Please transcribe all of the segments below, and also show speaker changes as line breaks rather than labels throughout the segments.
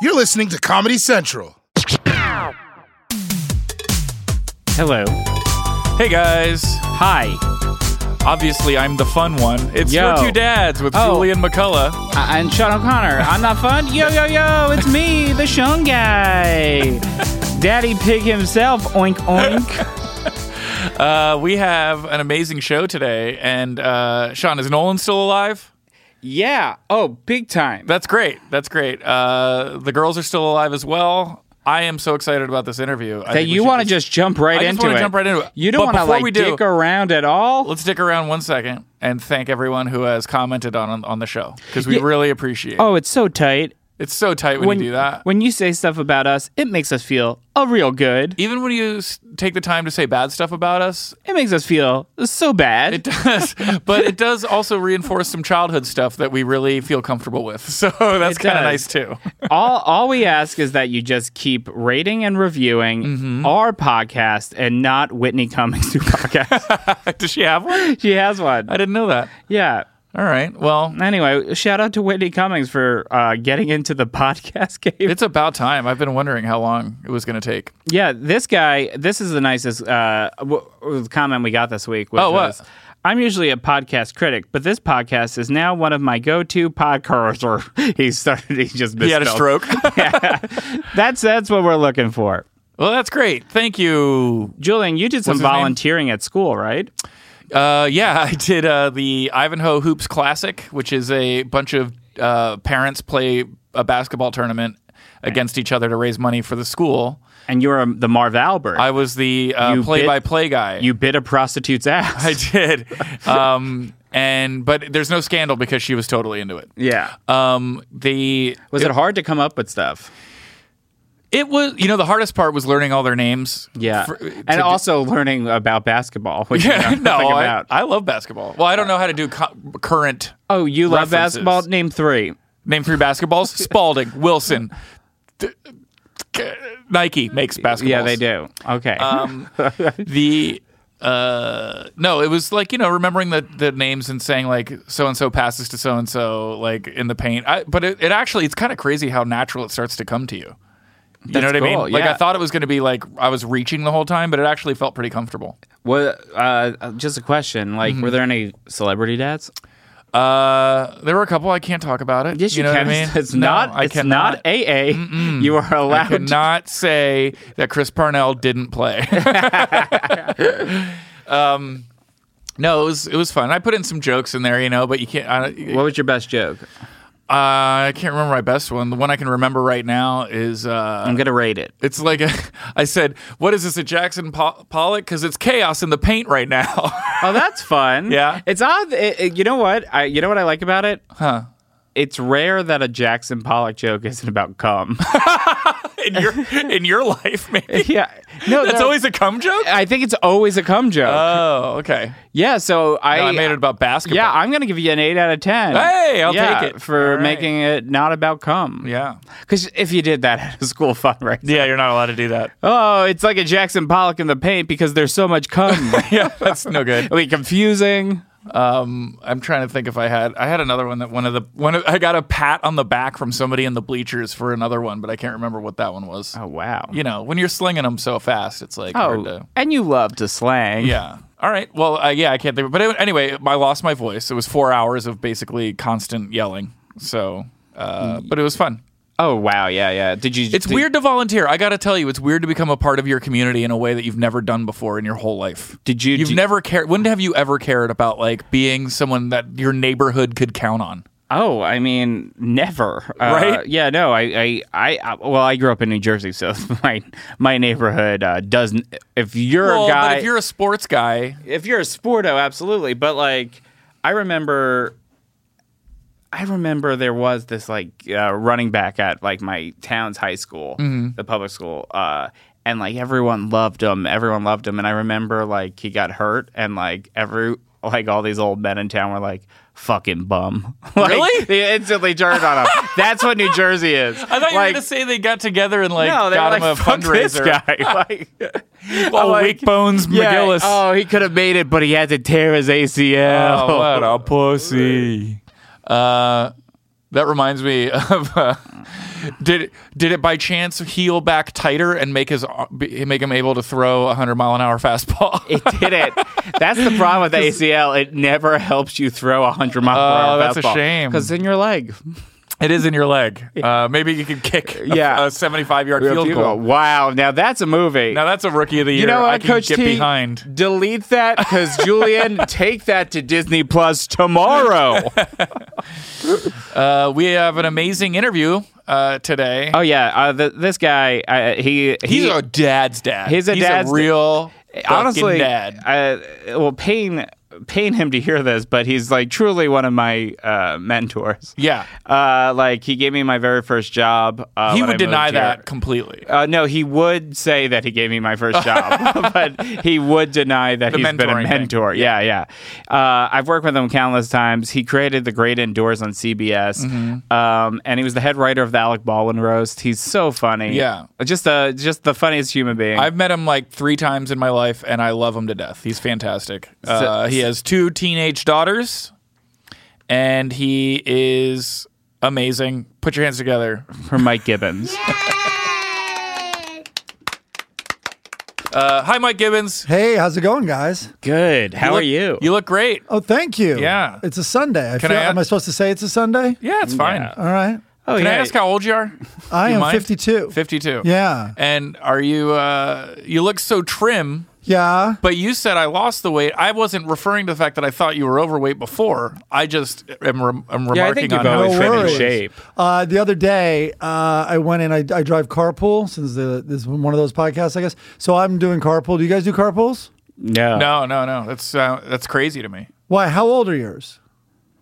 You're listening to Comedy Central.
Hello.
Hey guys.
Hi.
Obviously, I'm the fun one. It's
Yo.
your two dads with
Oh.
Julian McCullough.
I- I'm Uh, Sean O'Connor. I'm not fun. Yo, yo, yo. It's me, the Sean guy. Daddy Pig himself. Oink, oink.
Uh, we have an amazing show today, and uh, Sean is Nolan still alive?
Yeah. Oh, big time.
That's great. That's great. Uh, the girls are still alive as well. I am so excited about this interview. I
that
think we
you
should
want to just jump right
I just
into
wanna
it.
jump right into it.
You don't
But
want to
before
like
we do-
dick around at all.
Let's stick around one second and thank everyone who has commented on on, on the show because we
Yeah.
really appreciate. it.
Oh, it's so tight.
It's so tight when,
When
you do that.
when you say stuff about us, it makes us feel a real good.
Even when you s- take the time to say bad stuff about us,
It makes us feel so bad.
It does, but it does also reinforce some childhood stuff that we really feel comfortable with. So that's
It
kind
does.
of nice too.
all all we ask is that you just keep rating and reviewing
Mm-hmm.
our podcast and not Whitney Cummings' podcast.
Does she have one?
she has one.
I didn't know that.
Yeah.
All right. Well,
Anyway, shout out to Whitney Cummings for uh, getting into the podcast game.
it's about time. I've been wondering how long it was going to take.
yeah, this guy. This is the nicest uh, w- w- comment we got this week. Which
Oh, what?
was, I'm usually a podcast critic, but this podcast is now one of my go-to podcasts. Or he started. He just misspelled.
He had a stroke.
That's that's what we're looking for.
well, that's great. Thank you.
Julian, you did some
his name?
volunteering at school, right?
Uh, yeah, I did uh, the Ivanhoe Hoops Classic, which is a bunch of uh, parents play a basketball tournament against each other to raise money for the school.
And you were um, the Marv Albert.
I was the uh,
You bit-
play-by-play guy.
you bit a prostitute's ass.
I did. Um, and but there's no scandal because she was totally into it.
yeah.
Um, the
was it hard to come up with stuff?
it was you know the hardest part was learning all their names.
Yeah.
For- uh, to
and
do-
also learning about basketball, which
yeah,
you know
no,
nothing
I,
about.
I love basketball. Well, I don't know how to do co- current.
oh, you love
References.
basketball? Name three.
Name three basketballs: Spalding, Wilson, D- K- Nike makes basketballs.
Yeah, they do. Okay.
Um, the uh no it was like you know remembering the the names and saying like so and so passes to so and so like in the paint I, but it, it actually it's kind of crazy how natural it starts to come to you you know
That's
what i
cool,
mean like
yeah.
i thought it was going to be like i was reaching the whole time but it actually felt pretty comfortable
well, uh, just a question.
Mm-hmm.
Like, were there any celebrity dads?
uh there were a couple i can't talk about it
Yes, you,
know
can.
what i mean
It's
No,
not.
i
it's
cannot
not AA. You are
I
allowed. to-
cannot say that Chris Parnell didn't play. um, no, it was it was fun. I put in some jokes in there, you know, but you can't. I,
What was your best joke?
Uh, I can't remember my best one. The one I can remember right now is uh,
I'm gonna rate it.
it's like a, I said, "What is this a Jackson Po- Pollock?" Because it's chaos in the paint right now.
Oh, that's fun.
Yeah.
it's odd. It, it- you know what? I you know what I like about it?
Huh.
It's rare that a Jackson Pollock joke isn't about cum.
in your in your life, maybe
yeah, no,
that's
no.
always a cum joke.
I think it's always a cum joke.
Oh, okay.
yeah, so I,
No, I made it about basketball.
yeah, I'm gonna give you an eight out of ten.
Hey, I'll
Yeah,
take it.
for
All right.
making it not about cum.
yeah,
because if you did that at a school fundraiser,
yeah. You're not allowed to do that.
oh, it's like a Jackson Pollock in the paint because there's so much cum.
yeah, that's no good.
It'll be confusing.
Um, I'm trying to think if I had I had another one that one of the one of, I got a pat on the back from somebody in the bleachers for another one, but I can't remember what that one was.
Oh wow.
You know, when you're slinging them so fast, it's like hard
Oh,
to.
and you love to slang.
Yeah. All right. Well, uh, yeah, I can't think. But anyway, I lost my voice. It was four hours of basically constant yelling. So, uh, but it was fun.
Oh wow. Yeah. Yeah. Did you?
It's
did-
weird to volunteer. I got to tell you, it's weird to become a part of your community in a way that you've never done before in your whole life.
Did you-
You've
did-
never cared. When have you ever cared about like being someone that your neighborhood could count on?
Oh, I mean, never. Uh,
Right?
Yeah, no. I, I, I, I- well, I grew up in New Jersey, so my my neighborhood uh, doesn't. If you're
Well,
a guy,
but if you're a sports guy,
if you're a sporto, absolutely. But like, I remember, I remember there was this like uh, running back at like my town's high school, the public school, uh, and like everyone loved him. Everyone loved him, and I remember like he got hurt, and like every like all these old men in town were like. Fucking bum! Like,
Really?
They instantly turned on him. That's what New Jersey is.
I thought you were
like,
going to say they got together and like
no, they
got
were
him
like,
a
"Fuck this
fundraiser.
guy. Like,
Oh,
like-
weak bones, McGillis.
Oh, he could have made it, but he had to tear his ACL.
Oh, what a pussy. Uh, that reminds me of uh, Did did it by chance heal back tighter and make his be- make him able to throw a hundred mile an hour fastball?
It did it. That's the problem with the ACL. It never helps you throw a hundred mile per
Oh,
hour
that's a shame.
Because in your leg,
it is in your leg. Uh, maybe you could kick a-
Yeah.
a seventy five yard field goal.
Wow, now that's a movie.
Now that's a rookie of the year.
you know
I
what,
can
Coach
get
T?
behind.
Delete that, because Julian, take that to Disney Plus tomorrow.
Uh, we have an amazing interview uh, today.
oh yeah, uh, th this guy, uh, he
he's
he,
a dad's dad.
He's a dad's
a real
honestly,
fucking dad.
Uh, well, pain pain him to hear this, but he's like truly one of my uh, mentors.
Yeah.
Uh, like he gave me my very first job. Uh,
He
when
would
I moved
deny
here.
that completely.
Uh, no, he would say that he gave me my first job, but he would deny that
The
he's been a
mentoring thing.
mentor. Yeah, yeah. Uh, I've worked with him countless times. He created The Great Indoors on CBS,
Mm-hmm.
um, and he was the head writer of the Alec Baldwin roast. He's so funny.
Yeah.
just a just the funniest human being.
I've met him like three times in my life, and I love him to death. He's fantastic. Uh, he has two teenage daughters, and he is amazing. Put your hands together.
for Mike Gibbons.
Uh, hi, Mike Gibbons.
Hey, how's it going, guys?
Good. How
look-
are you?
You look great.
Oh, thank you.
Yeah.
It's a Sunday. I
Can
feel,
I add-
am I supposed to say it's a Sunday?
Yeah, it's fine.
Yeah.
All right.
oh,
Can
yeah.
I ask how old you are?
I
You
am
mind?
52.
Fifty-two.
Yeah.
And are you? Uh, you look so trim.
Yeah.
But you said I lost the weight. I wasn't referring to the fact that I thought you were overweight before. I just am rem- am remarking
Yeah, I think you've
on how
always
No
been in
worries.
shape.
Uh, the other day, uh, I went in. I, I drive carpool since the, this is one of those podcasts, I guess. So I'm doing carpool. Do you guys do carpools?
No.
No,
Oh.
no, no. That's uh, that's crazy to me.
Why? How old are yours?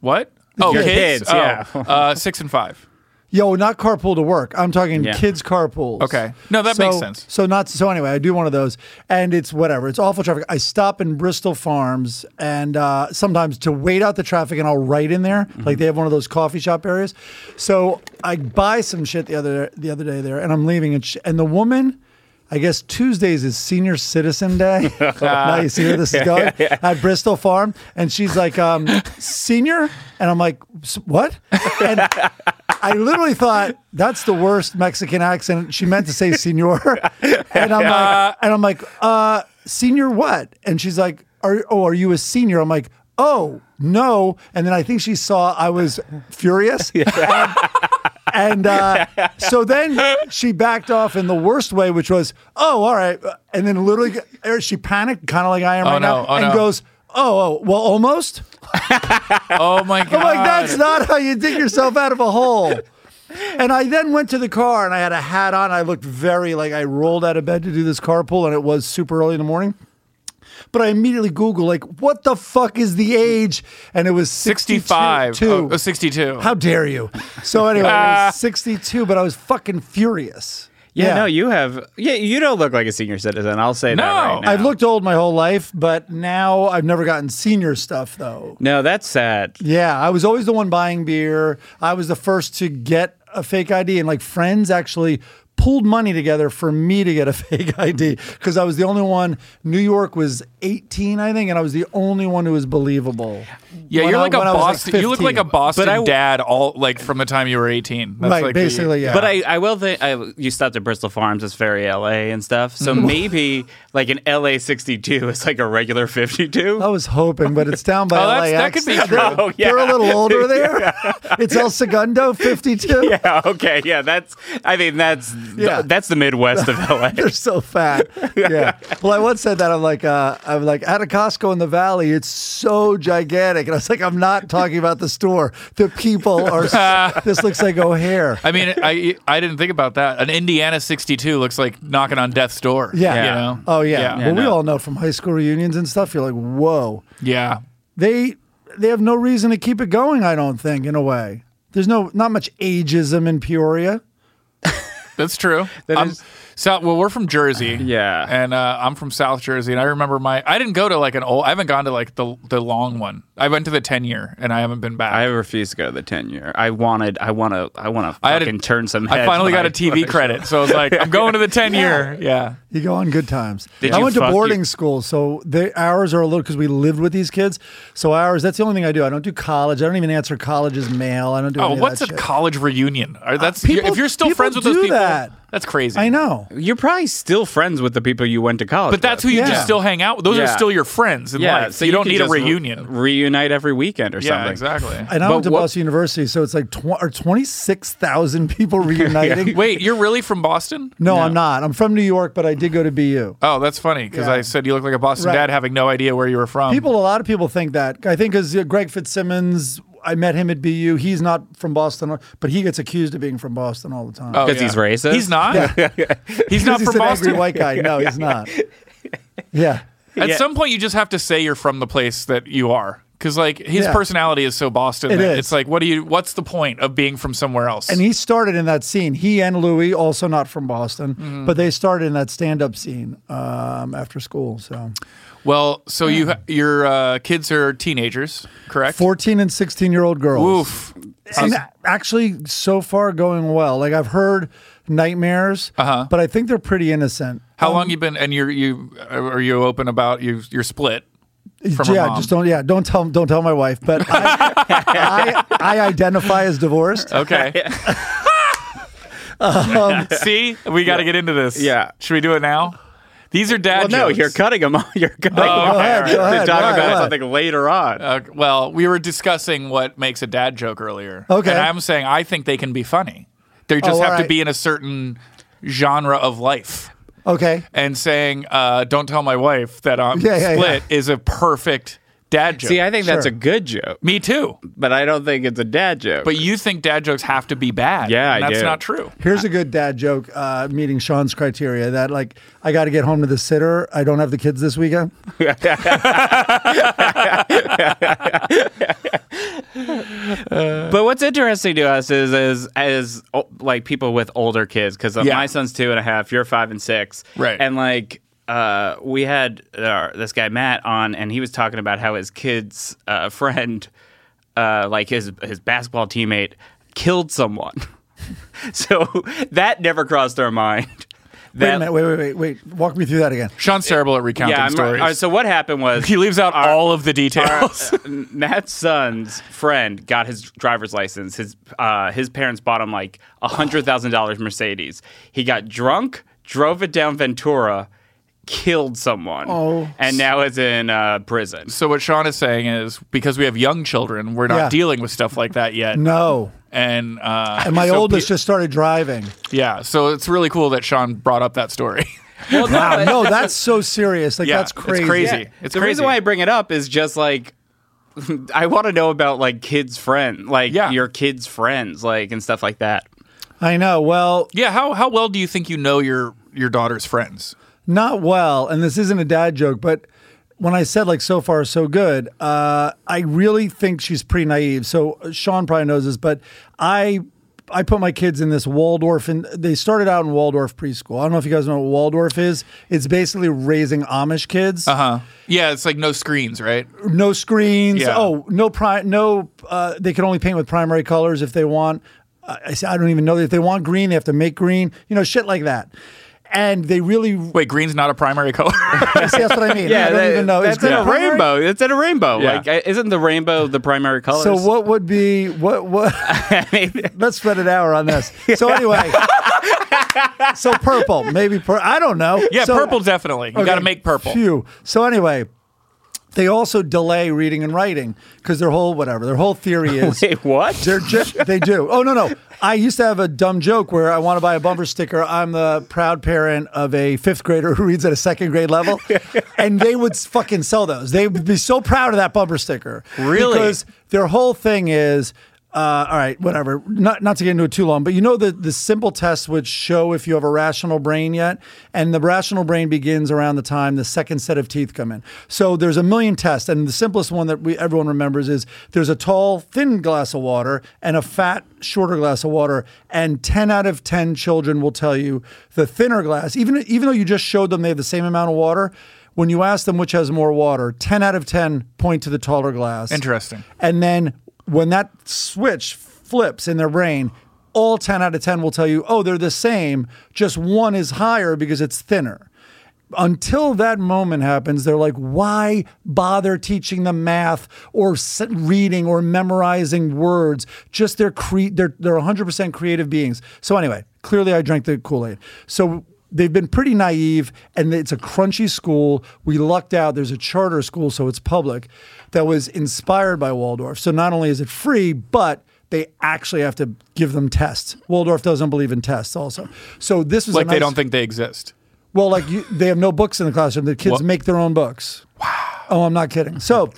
What? Oh,
Your
kids.
kids, yeah.
Oh, uh, six and five.
Yo, not carpool to work. I'm talking
Yeah.
kids carpools.
Okay. No, that
So-
makes sense.
So not so anyway, I do one of those, and it's whatever. It's awful traffic. I stop in Bristol Farms, and uh, sometimes to wait out the traffic, and I'll write in there.
Mm-hmm.
Like they have one of those coffee shop areas. So I buy some shit the other the other day there, and I'm leaving, and sh- and the woman. I guess Tuesdays is Senior Citizen Day. now you see where this is going at Bristol Farm, and she's like, um, "Senior," and I'm like, "S- "What?" And I literally thought that's the worst Mexican accent. She meant to say "Senor," and I'm like, "And I'm like, uh, senior what?" And she's like, "Are oh, are you a senior?" I'm like, "Oh." No, and then I think she saw I was furious, and uh, so then she backed off in the worst way, which was, oh, all right. And then literally, er, she panicked, kind of like I am
Oh,
right
no.
now,
Oh,
and
no.
goes, oh, oh, well, almost.
Oh my god.
I'm like, that's not how you dig yourself out of a hole. And I then went to the car and I had a hat on. I looked very like I rolled out of bed to do this carpool, and it was super early in the morning. But I immediately Googled, like, what the fuck is the age? And it was 62.
65. Oh, oh, 62.
How dare you? So anyway, it was 62, but I was fucking furious.
Yeah, no, you have. Yeah, you don't look like a senior citizen. I'll say that.
No.
Right now.
I've looked old my whole life, but now I've never gotten senior stuff though.
No, that's sad.
Yeah, I was always the one buying beer. I was the first to get a fake ID, and like friends actually pulled money together for me to get a fake ID because I was the only one. New York was 18, I think, and I was the only one who was believable.
yeah,
When
you're
I-
like a
when I was,
Boston. you look like a
15.
Boston
But I-
dad all like from the time you were 18. That's
Right,
like the-
basically, yeah.
But I, I will think I, you stopped at Bristol Farms. It's very LA and stuff. So maybe like an LA 62 is like a regular 52.
I was hoping, but it's down by
Oh,
LAX.
that's- that could be true.
Oh, yeah.
They're a little older there. It's El Segundo 52.
Yeah. Okay. Yeah. That's. I mean, that's.
Yeah.
That's the Midwest of LA.
They're so fat. Yeah. Well, I once said that I'm like, uh, I'm like at a Costco in the Valley. It's so gigantic, and I was like, I'm not talking about the store. The people are. s- this looks like O'Hare.
I mean, I I didn't think about that. An Indiana 62 looks like knocking on death's door.
Yeah.
You know?
Oh yeah.
Yeah.
well, we
no.
all know from high school reunions and stuff. You're like, whoa.
Yeah.
They they have no reason to keep it going. I don't think, in a way. There's no not much ageism in Peoria.
That's true.
That
I'm-
is-
so well, we're from Jersey.
Yeah.
and uh, I'm from South Jersey, and I remember my. I didn't go to like an old. I haven't gone to like the the long one. I went to the ten year, and I haven't been back.
I refuse to go to the ten year. I wanted. I want to. I want to
I had a-
fucking turn some.
I
heads
finally
when
got a TV credit, so I was like, I'm going to the ten year. Yeah,
You go on good times.
Did
I
you
went to
fuck
boarding
you-
school, so the hours are a little because we lived with these kids. So hours, that's the only thing I do. I don't do college. I don't even answer college's mail. I don't do. any
Oh,
of
what's a
that shit.
college reunion?
Uh,
Are that's
people-
if you're still
people
friends with those
do
people,
that.
that's crazy.
I know.
You're probably still friends with the people you went to college.
but that's who
with.
you
Yeah.
just still hang out. with. Those are
Yeah.
still your friends in
yeah.
life.
So
you, don't
could
need a
just re-
reunion.
reunite every weekend or
yeah,
something.
exactly.
And I
But
went to
what-
Boston University, so it's like tw- or twenty six thousand people reuniting.
Wait, you're really from Boston?
no, I'm not. I'm from New York, but I did go to BU.
Oh, that's funny because
Yeah.
I said you look like a Boston
Right.
dad, having no idea where you were from.
People, a lot of people think that. I think because Greg Fitzsimmons, I met him at BU. He's not from Boston, but he gets accused of being from Boston all the time.
Oh,
'Cause he's racist?
He's not. He's
Because
not
he's
from
an
Boston.
angry white guy. No, he's not. Yeah.
At
Yeah.
some point, you just have to say you're from the place that you are, because like his
Yeah.
personality is so Boston.
It
that
is.
It's like, what do you? What's the point of being from somewhere else?
And he started in that scene. He and Louis, also not from Boston,
Mm-hmm.
but they started in that stand up scene um, after school. So
well, so you your uh, kids are teenagers, correct?
14 and 16 year old girls.
Oof.
And actually, so far going well. Like I've heard nightmares,
Uh-huh.
but I think they're pretty innocent.
How long you been? And you're you are you open about you you're split? from her
yeah,
mom.
just don't. Yeah, don't tell. Don't tell my wife. But I, I, I identify as divorced.
Okay. See, we got to get into this.
Um, Yeah.
Should we do it now? These are dad.
Well, no,
jokes.
you're cutting him off. You're cutting him
okay,
off
all right.
to
Go ahead,
talk
why,
about
why?
something later on.
Uh, well, we were discussing what makes a dad joke earlier.
Okay.
And I'm saying I think they can be funny. They just
Oh,
have to
alright.
be in a certain genre of life.
Okay.
And saying, uh, don't tell my wife that I'm
Yeah, yeah,
split is a perfect dad joke.
See, I think that's a
Sure.
good joke,
Me too.
but I don't think it's a dad joke.
But you think dad jokes have to be bad.
Yeah,
and
I
That's
do.
not true.
Here's a good dad joke. Uh, meeting Sean's criteria that like I got to get home to the sitter. I don't have the kids this weekend.
But what's interesting to us is is as oh, like people with older kids because
Yeah.
my son's two and a half, you're five and six,
Right.
And like uh, we had uh, this guy Matt on, and he was talking about how his kid's uh, friend, uh, like his his basketball teammate, killed someone. so that never crossed our mind.
Wait
That-
a minute. Wait, wait, wait, wait. Walk me through that again.
Sean's terrible at recounting
yeah. I'm-
stories.
all right, so what happened was
he leaves out all of the details.
Matt's son's friend got his driver's license. His uh, his parents bought him like a hundred thousand dollars Mercedes. He got drunk, drove it down Ventura, killed someone,
Oh.
and now is in uh, prison.
so what Sean is saying is because we have young children, we're not
Yeah.
dealing with stuff like that yet.
No.
And uh,
And my
so
oldest just started driving.
Yeah, so it's really cool that Sean brought up that story.
Well,
Wow. No, that's so serious. Like
Yeah,
that's
it's
crazy.
crazy. It's
the
crazy.
reason why I bring it up is just like I want to know about like kids' friend, like
Yeah.
your kids' friends, like and stuff like that.
I know. Well,
yeah, how how well do you think you know your your daughter's friends?
not well and this isn't a dad joke but when i said like so far so good uh, i really think she's pretty naive so uh, sean probably knows this but i i put my kids in this waldorf and they started out in waldorf preschool i don't know if you guys know what waldorf is it's basically raising amish kids
Uh huh. Yeah, it's like no screens, right?
no screens
Yeah.
oh no pri- no uh, they can only paint with primary colors if they want uh, i say- I don't even know if they want green they have to make green you know shit like that and they really
Wait, green's not a primary color.
see that's what i mean i don't
that-
even know
That's
Is
in
green
a
primary?
rainbow. It's in a rainbow.
Yeah.
Like, isn't the rainbow the primary color?
So what would be what what? let's spend an hour on this. So anyway, so purple maybe pur- I don't know.
yeah,
So-
purple definitely. You got to
okay,
make purple.
Phew. So anyway, they also delay reading and writing because their whole whatever their whole theory is
Wait, what?
they're just they do. Oh no no. I used to have a dumb joke where I want to buy a bumper sticker. I'm the proud parent of a fifth grader who reads at a second grade level, and they would s- fucking sell those. They would be so proud of that bumper sticker.
Really?
Because their whole thing is. Uh, all right, whatever. Not not to get into it too long, but you know the the simple tests would show if you have a rational brain yet, and the rational brain begins around the time the second set of teeth come in. So there's a million tests, and the simplest one that we everyone remembers is there's a tall, thin glass of water and a fat, shorter glass of water, and ten out of ten children will tell you the thinner glass, even even though you just showed them they have the same amount of water. When you ask them which has more water, 10 out of 10 point to the taller glass.
Interesting.
And then when that switch flips in their brain, all 10 out of 10 will tell you, oh, they're the same, just one is higher because it's thinner. until that moment happens, they're like, why bother teaching them math or s- reading or memorizing words? Just they're cre- they're they're 100% creative beings. So anyway, clearly I drank the Kool Aid. So they've been pretty naive, and it's a crunchy school. We lucked out. There's a charter school, so it's public, that was inspired by Waldorf. So not only is it free, but they actually have to give them tests. Waldorf doesn't believe in tests, also. So this was a
Like they
nice-
don't think they exist.
well, like you, they have no books in the classroom. The kids
What?
make their own books. Wow. Oh, I'm not kidding. So,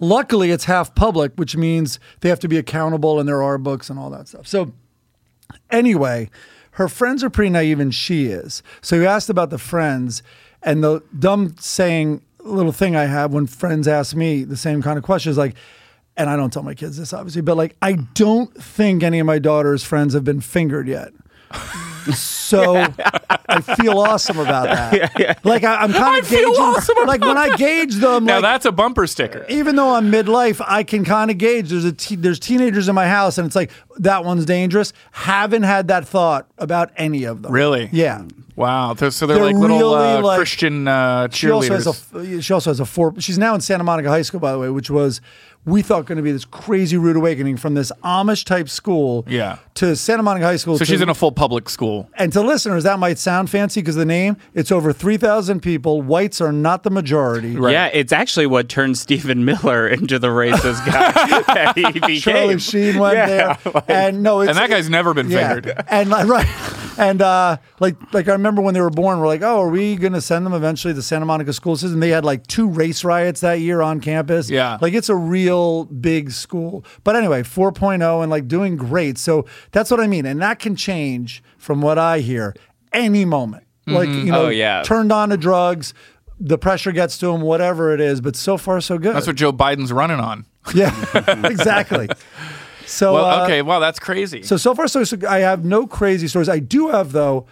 luckily, it's half public, which means they have to be accountable, and there are books and all that stuff. So, anyway, her friends are pretty naive, and she is. So you asked about the friends, and the dumb saying, little thing I have when friends ask me the same kind of questions, like, and I don't tell my kids this obviously, but like, I don't think any of my daughter's friends have been fingered yet. So I feel awesome about that. Like I, I'm kind of gauging. like when I gauge them,
Now
like,
that's a bumper sticker.
even though I'm midlife, I can kind of gauge. There's a te- there's teenagers in my house, and it's like that one's dangerous. Haven't had that thought about any of them.
Really?
Yeah.
Wow. Th- So they're,
They're
like little
really,
uh,
like-
Christian uh,
She also has
cheerleaders.
a f- she also has a four. She's now in Santa Monica High School, by the way, which was we thought going to be this crazy rude awakening from this Amish type school.
Yeah.
To Santa Monica High School.
so
to-
she's in a full public school.
And to listeners, that might sound fancy because the name, it's over 3,000 people. Whites are not the majority.
Yeah, it's actually what turned Stephen Miller into the racist guy that he became.
Charlie Sheen went there. and no, it's,
And that guy's never been
yeah.
fingered.
And like, right. And uh, like, like I remember when they were born, we're like, oh, are we going to send them eventually to Santa Monica school system? They had like two race riots that year on campus.
Yeah.
Like it's a real big school. But anyway, 4.0 and like doing great. So that's what I mean. And that can change from what I hear any moment.
Mm-hmm.
Like, you know,
Oh, yeah.
turned on to drugs, the pressure gets to him, whatever it is. But so far, so good.
That's what Joe Biden's running on.
yeah, exactly. So,
Well,
uh,
okay. Wow, that's crazy.
so so far, so, so I have no crazy stories. I do have though.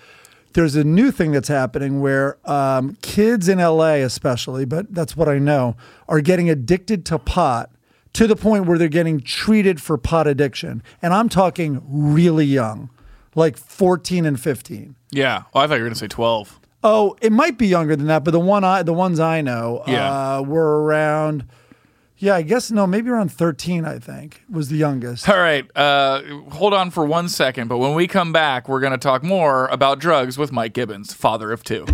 There's a new thing that's happening where um, kids in LA, especially, but that's what I know, are getting addicted to pot to the point where they're getting treated for pot addiction, and I'm talking really young, like 14 and 15.
yeah. Oh, I thought you were going to say 12.
Oh, it might be younger than that, but the one I the ones I know
Yeah.
uh, were around. Yeah, I guess no, maybe around 13. I think was the youngest.
All right. Uh, hold on for one second. But when we come back, we're going to talk more about drugs with Mike Gibbons, father of two.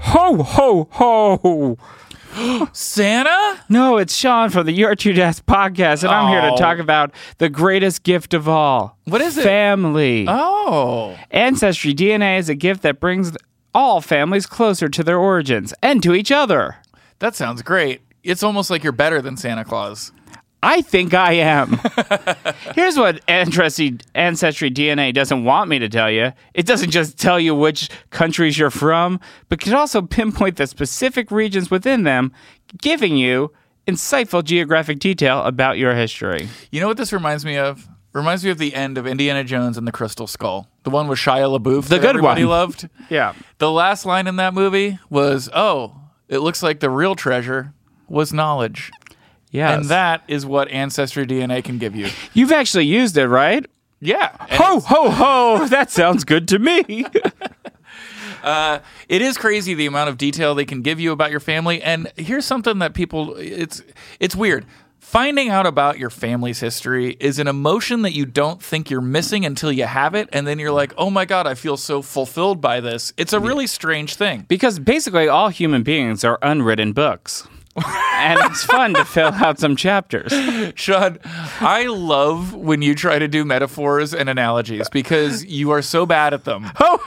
Ho, ho, ho.
Santa?
No, it's Sean from the Your Two Desk podcast, and I'm here
Oh.
to talk about the greatest gift of all.
What is it?
Family.
Oh.
Ancestry DNA is a gift that brings all families closer to their origins and to each other.
That sounds great. It's almost like you're better than Santa Claus.
I think I am. Here's what Ancestry, Ancestry DNA doesn't want me to tell you it doesn't just tell you which countries you're from, but can also pinpoint the specific regions within them, giving you insightful geographic detail about your history.
You know what this reminds me of? Reminds me of the end of Indiana Jones and the Crystal Skull, the one with Shia LaBeouf, the that
good
everybody
one.
loved.
Yeah.
The last line in that movie was, "Oh, it looks like the real treasure was knowledge,"
Yeah.
and that is what ancestry DNA can give you.
You've actually used it, right?
Yeah, And
Ho, ho, ho. That sounds good to me.
it is crazy the amount of detail they can give you about your family. And here's something that people it's it's weird. Finding out about your family's history is an emotion that you don't think you're missing until you have it, and then you're like, "Oh my god, I feel so fulfilled by this." It's a really strange thing.
because basically, all human beings are unwritten books. and it's fun to fill out some chapters.
Sean, I love when you try to do metaphors and analogies because you are so bad at them.
Oh,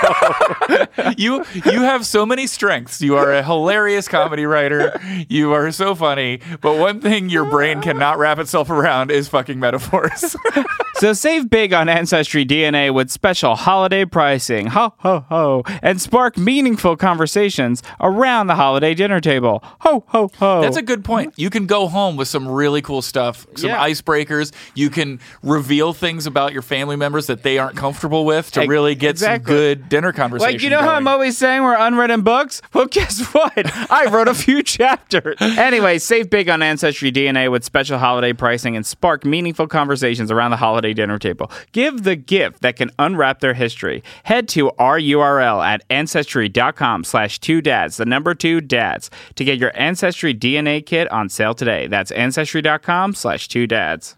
you you have so many strengths. You are a hilarious comedy writer. You are so funny. But one thing your brain cannot wrap itself around is fucking metaphors.
So save big on Ancestry DNA with special holiday pricing. Ho, ho, ho. And spark meaningful conversations around the holiday dinner table. Ho, ho, ho.
That's a good point. You can go home with some really cool stuff, some
Yeah.
icebreakers. You can reveal things about your family members that they aren't comfortable with to
Ex-
really get
exactly.
some good dinner conversation.
Like, you know how I'm
going.
always saying we're unwritten books? Well, guess what? I wrote a few chapters. Anyway, save big on Ancestry DNA with special holiday pricing and spark meaningful conversations around the holiday dinner table. Give the gift that can unwrap their history. Head to our URL at ancestry.com slash two dads, the number two dads, to get your Ancestry DNA kit on sale today. That's ancestry.com slash two dads.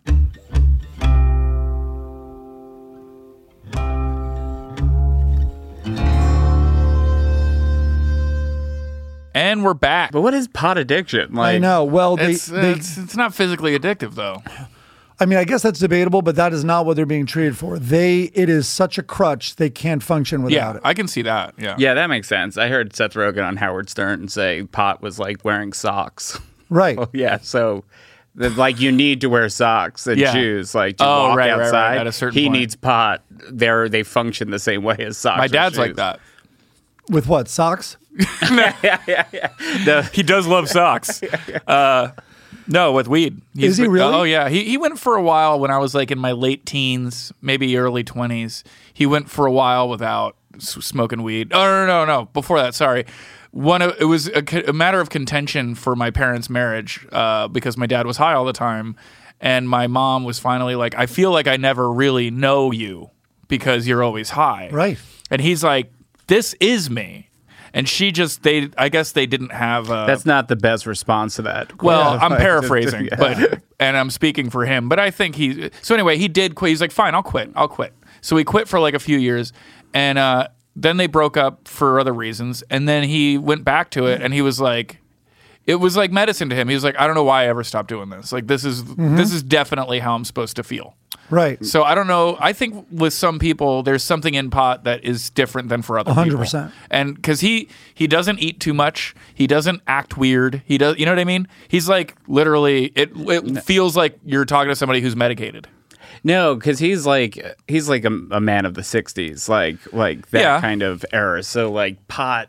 and we're back.
But what is pot addiction? Like,
I know. Well, they,
It's,
they,
it's, it's not physically addictive though.
I mean, I guess that's debatable, but that is not what they're being treated for. They, it is such a crutch. They can't function without
Yeah,
it.
I can see that. Yeah.
Yeah, that makes sense. I heard Seth Rogen on Howard Stern say pot was like wearing socks.
Right.
yeah, so that, like you need to wear socks and
Yeah.
shoes like to
Oh,
walk
right, right, right,
outside.
at a certain
he
point.
needs pot. There they function the same way as socks.
My
or
dad's like
shoes.
that.
With what? Socks?
He does love socks. Uh, no, with weed. He's
Is he
been-
really?
Oh yeah. He he went for a while when I was like in my late teens, maybe early twenties. He went for a while without s- smoking weed. Oh no no no. no. Before that, sorry. One of, it was a, co- a matter of contention for my parents' marriage uh, because my dad was high all the time, and my mom was finally like, "I feel like I never really know you because you're always high."
Right.
And he's like, "This is me," and she just they I guess they didn't have a,
That's not the best response to that.
well,
Yeah,
I'm
like,
paraphrasing,
yeah.
but and I'm speaking for him, but I think he. So anyway, he did quit. He's like, fine, I'll quit. I'll quit. So he quit for like a few years, and uh, then they broke up for other reasons, and then he went back to it, and he was like, it was like medicine to him. He was like, I don't know why I ever stopped doing this. Like this is
Mm-hmm.
this is definitely how I'm supposed to feel.
Right.
So I don't know. I think with some people, there's something in pot that is different than for other 100%. people.
100%.
And because he he doesn't eat too much, he doesn't act weird. He does, you know what I mean? He's like literally, it it feels like you're talking to somebody who's medicated.
No, because he's like he's like a, a man of the '60s, like like that
Yeah.
kind of era. So like pot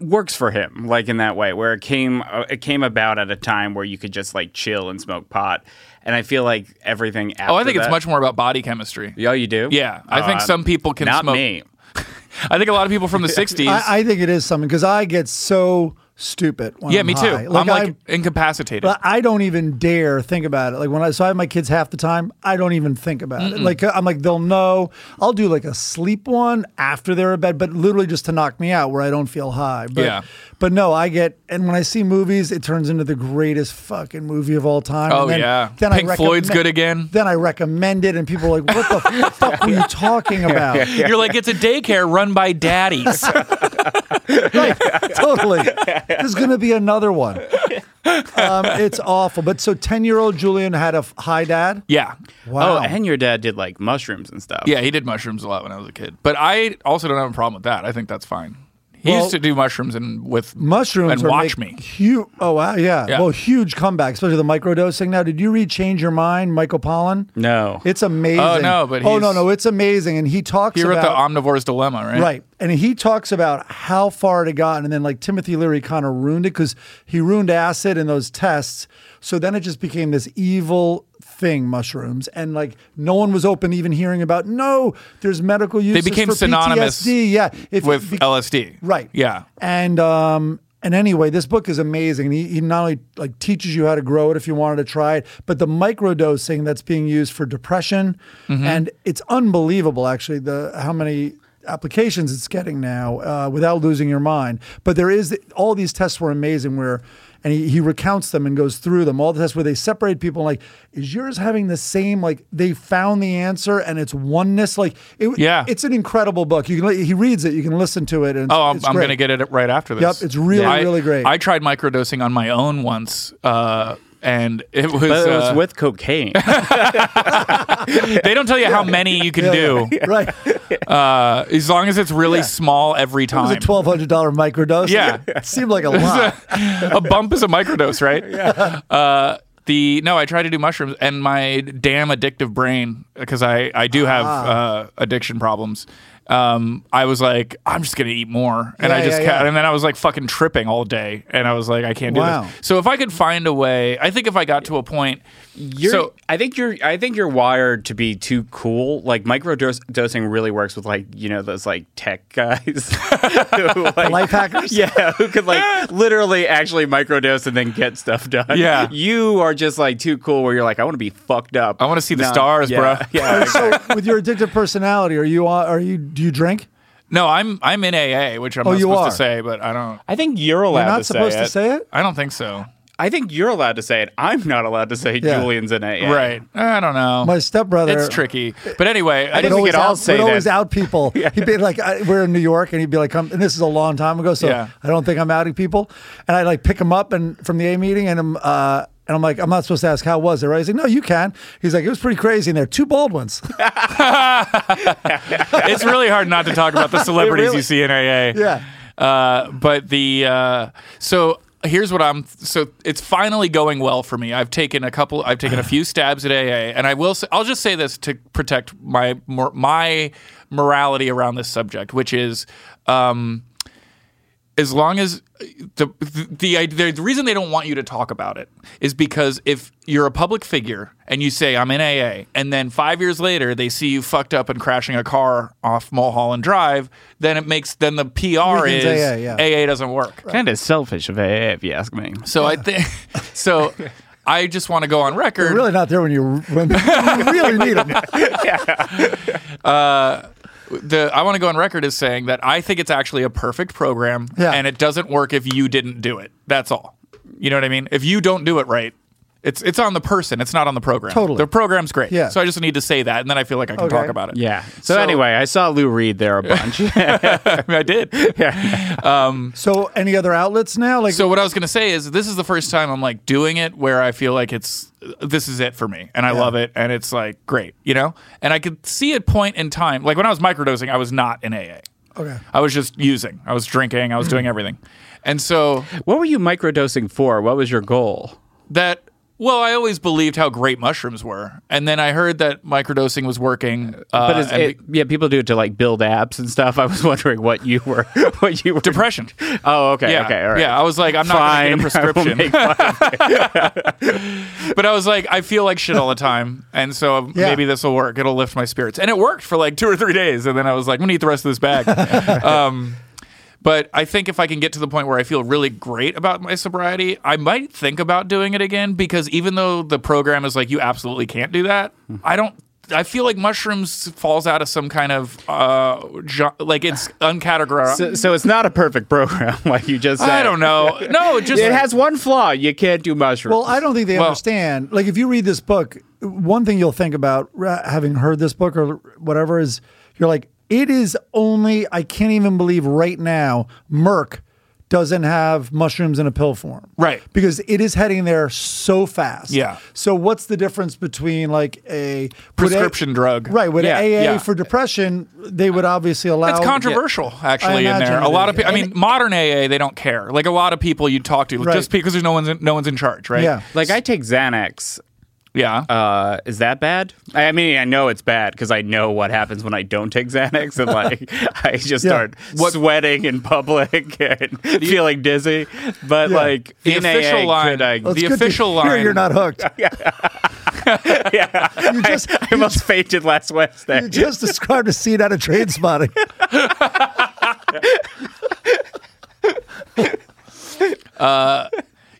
works for him, like in that way, where it came uh, it came about at a time where you could just like chill and smoke pot. And I feel like everything. After
Oh, I think it's
that-
much more about body chemistry.
Oh, you do?
Yeah, I think
Uh,
some people can
Not
smoke.
me.
I think a lot of people from the '60s.
I, I think it is something because I get so stupid. When
yeah,
I'm
me too.
high.
I'm like incapacitated.
But I don't even dare think about it. Like when I so I have my kids half the time, I don't even think about it. Like I'm like they'll know. I'll do like a sleep one after they're in bed, but literally just to knock me out where I don't feel high. But,
Yeah.
But no, I get and when I see movies, it turns into the greatest fucking movie of all time.
Oh,
and then,
yeah.
Then I
Pink Floyd's
recommend-
good again.
Then I recommend it, and people are like, "What the fuck were you talking about?"
you're like it's a daycare run by daddies.
totally. There's going to be another one. Um, it's awful. But so 10 year old Julian had a f- high dad.
yeah.
Oh,
Wow.
and your dad did like mushrooms and stuff.
Yeah, he did mushrooms a lot when I was a kid. But I also don't have a problem with that. I think that's fine. He
Well-
used to do mushrooms and with
Mushrooms
and
are
watch
make
me.
Hu- oh wow, yeah.
Yeah.
Well, huge comeback, especially the microdosing. Now, did you read "Change Your Mind," Michael Pollan?
No.
it's amazing.
Oh, no, but
oh no,
he's-
no, it's amazing. And he talks.
He wrote
about,
the Omnivore's Dilemma, right?
Right. And he talks about how far it had gotten. And then, like, Timothy Leary kind of ruined it because he ruined acid in those tests. So then it just became this evil thing, mushrooms. And, like, no one was open to even hearing about, no, there's medical use.
became
for
synonymous
PTSD. Yeah. If,
With
be-
LSD.
Right.
Yeah.
And, um, and anyway, this book is amazing. And He, he not only like teaches you how to grow it if you wanted to try it, but the microdosing that's being used for depression,
Mm-hmm.
and it's unbelievable actually the how many applications it's getting now uh, without losing your mind. But there is all these tests were amazing where. And he, he recounts them and goes through them. All the tests where they separate people, like, is yours having the same? Like, they found the answer and it's oneness. Like, it,
Yeah.
it's an incredible book. You can li- he reads it, you can listen to it. And
Oh, I'm,
it's
I'm
great.
going to get it right after this.
Yep, it's really,
I-
really great.
I tried microdosing on my own once, uh, and it was,
But it was
uh,
with cocaine.
they don't tell you how many you can do
right.
uh, as long as it's really small every
It was
time.
a twelve hundred dollar microdose.
Yeah.
it seemed like a lot.
a bump is a microdose, right? Uh, The no, I tried to do mushrooms, and my damn addictive brain, because I I do have
Ah.
uh, addiction problems. Um, I was like, I'm just gonna eat more, and
Yeah,
I just
yeah,
ca-
yeah.
and then I was like fucking tripping all day, and I was like, I can't do
Wow.
this. So if I could find a way, I think if I got to a point,
You're,
so
I think you're. I think you're wired to be too cool. Like microdose dosing really works with like you know those like tech guys, who, like,
life hackers?
Yeah, who could like literally actually microdose and then get stuff done.
Yeah.
you are just like too cool. Where you're like, I want to be fucked up.
I want to see the
No,
stars,
yeah,
bro.
Yeah,
so with your addictive personality, are you uh, are you do you drink?
No, I'm I'm in AA, which I'm
Oh,
not
you
supposed
are.
to say, but I don't.
I think you're
You're
allowed.
not
to
supposed
say
to
it.
say it.
I don't think so.
I think you're allowed to say it. I'm not allowed to say
Yeah.
Julian's in it.
Right? I don't know.
My stepbrother.
it's tricky. But anyway, I
think
would
we
didn't.
always
could all
out,
say
would
that.
always out people. He'd be like, I, "We're in New York," and he'd be like, "Come." And this is a long time ago, so
Yeah.
I don't think I'm outing people. And I like pick him up and from the A meeting, and I'm uh, and I'm like, "I'm not supposed to ask how was it, right?" He's like, "No, you can." He's like, "It was pretty crazy." And there, two bald ones.
It's really hard not to talk about the celebrities
really-
you see in AA.
yeah,
Uh, but the uh, so here's what I'm so it's finally going well for me. I've taken a couple. I've taken a few stabs at AA, and I will. Say, I'll just say this to protect my mor- my morality around this subject, which is. Um, as long as the, the the the reason they don't want you to talk about it is because if you're a public figure and you say I'm in AA, and then five years later they see you fucked up and crashing a car off Mulholland Drive, then it makes then the PR
Weakens
is
AA, yeah.
AA doesn't work.
Kind of selfish of AA, if you ask me.
So I think so. I just want to go on record.
they're really not there when you when you really need them.
the I want to go on record as saying that I think it's actually a perfect program,
Yeah.
and it doesn't work if you didn't do it. That's all. You know what I mean? If you don't do it right, it's it's on the person. It's not on the program.
Totally.
the program's great.
Yeah.
So I just need to say that, and then I feel like I can
Okay.
talk about it.
Yeah. So,
So-
anyway, I saw Lou Reed there a bunch.
I, mean, I did.
So, any other outlets now? Like,
So what I was gonna say is this is the first time I'm like doing it where I feel like it's this is it for me and I love it and it's like great, you know? And I could see a point in time, like when I was microdosing, I was not in AA.
okay,
I was just using. I was drinking, I was doing everything. And so
what were you microdosing for? What was your goal?
that well, I always believed how great mushrooms were. And then I heard that microdosing was working. Uh,
But is
and
it, yeah, people do it to like build apps and stuff. I was wondering what you were, what you were.
depression.
oh, okay,
Yeah.
okay, all right.
Yeah. I was like, I'm not
Fine.
going to get a
I will make
prescription.
fun.
but I was like, I feel like shit all the time. And so
Yeah.
maybe this will work. It'll lift my spirits. And it worked for like two or three days. And then I was like, I'm going to eat the rest of this bag. um, but I think if I can get to the point where I feel really great about my sobriety, I might think about doing it again because even though the program is like, you absolutely can't do that,
Hmm.
I don't. I feel like mushrooms falls out of some kind of uh, jo- like it's uncategorized.
so, so it's not a perfect program, like you just said.
I don't know. No, it just
It has one flaw. You can't do mushrooms.
Well, I don't think they
Well-
understand. Like, if you read this book, one thing you'll think about ra- having heard this book or whatever is you're like, it is only, I can't even believe right now, Merck doesn't have mushrooms in a pill form.
Right.
Because it is heading there so fast.
Yeah.
So, what's the difference between like a would
prescription drug.
Right. Would
Yeah,
AA
yeah.
for depression, they would obviously allow.
It's controversial, actually,
I
in there.
imagine
A
it
lot
is.
of people. I mean, modern AA, they don't care. Like a lot of people you talk to,
Right.
just because there's no one's in, no one's in charge, right?
Yeah.
like I take Xanax.
yeah.
Uh, is that bad? I I mean, I know it's bad because I know what happens when I don't take Xanax and like I just
Yeah.
start sweating in public and feeling dizzy. But
Yeah.
like
The
in
official
AA,
line-
could I,
Let's
It's
the
good to
official
hear
line-
You're not hooked.
yeah,
You just,
I almost fainted last Wednesday.
you just described a scene out of train spotting.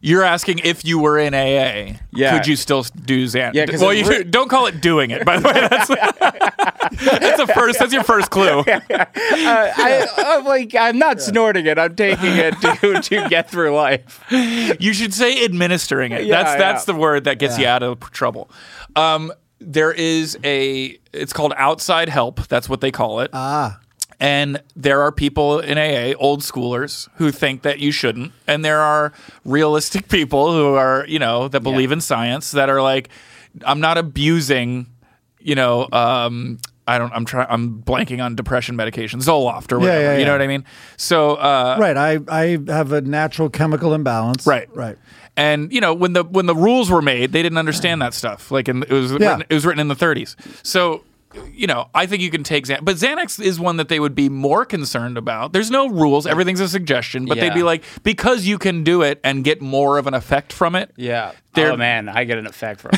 You're asking if you were in AA,
Yeah.
could you still do Xanax?
Yeah, 'cause
well,
it
you
re-
don't call it doing it, by the way. That's, that's a first. That's your first clue.
I, I'm like, I'm not snorting it. I'm taking it to, to get through life.
You should say administering it.
Yeah,
that's
yeah.
that's the word that gets you out of trouble. Um, there is a. It's called outside help. That's what they call it.
Ah.
And there are people in AA, old schoolers, who think that you shouldn't. And there are realistic people who are, you know, that believe in science that are like, I'm not abusing, you know, um, I don't. I'm trying. I'm blanking on depression medication, Zoloft or whatever.
yeah,
You know
yeah.
what I mean? So uh,
right. I I have a natural chemical imbalance.
Right.
Right.
And you know when the when the rules were made, they didn't understand that stuff. Like in, it was
Yeah.
written, it was written in the 30s. So you know I think you can take Xanax, but Xanax is one that they would be more concerned about. There's no rules; everything's a suggestion. But
Yeah.
they'd be like, because you can do it and get more of an effect from it.
Yeah.
They're-
oh man, I get an effect from it.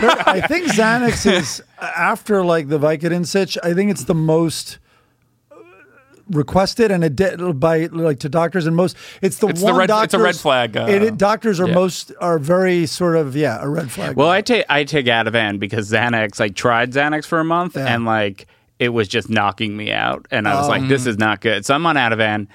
There- I think Xanax is after like the Vicodin sitch. I think it's the most requested and ad- by like to doctors and most. It's the
It's the
one
red-
doctors,
it's a red flag, uh,
it, it- doctors are
yeah.
most are very sort of yeah a red flag.
well, I take I take Ativan because Xanax. Like tried Xanax for a month and like it was just knocking me out, and I was like, this is not good. So I'm on Ativan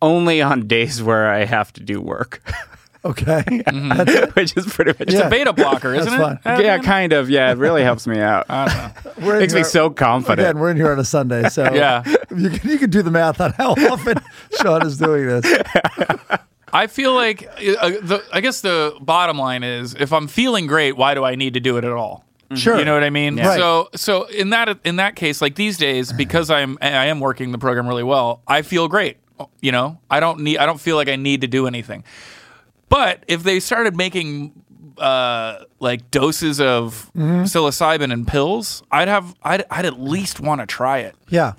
only on days where I have to do work,
okay.
Mm-hmm. which is pretty much.
Yeah.
It's a beta blocker,
That's
isn't
fine.
it? Uh,
Yeah, kind of. Yeah, it really helps me out.
We're in
Makes me
here-
so confident.
Again, we're in here on a Sunday, so
Yeah.
you can you can do the math on how often Sean is doing this.
I feel like uh, the, I guess the bottom line is if I'm feeling great, why do I need to do it at all?
Sure.
You know what I mean?
Yeah. Right.
So so in that in that case, like these days, because I'm I am working the program really well, I feel great. You know, I don't need I don't feel like I need to do anything. But if they started making uh, like doses of
Mm-hmm.
psilocybin and pills, I'd have I'd, I'd at least want to try it.
Yeah.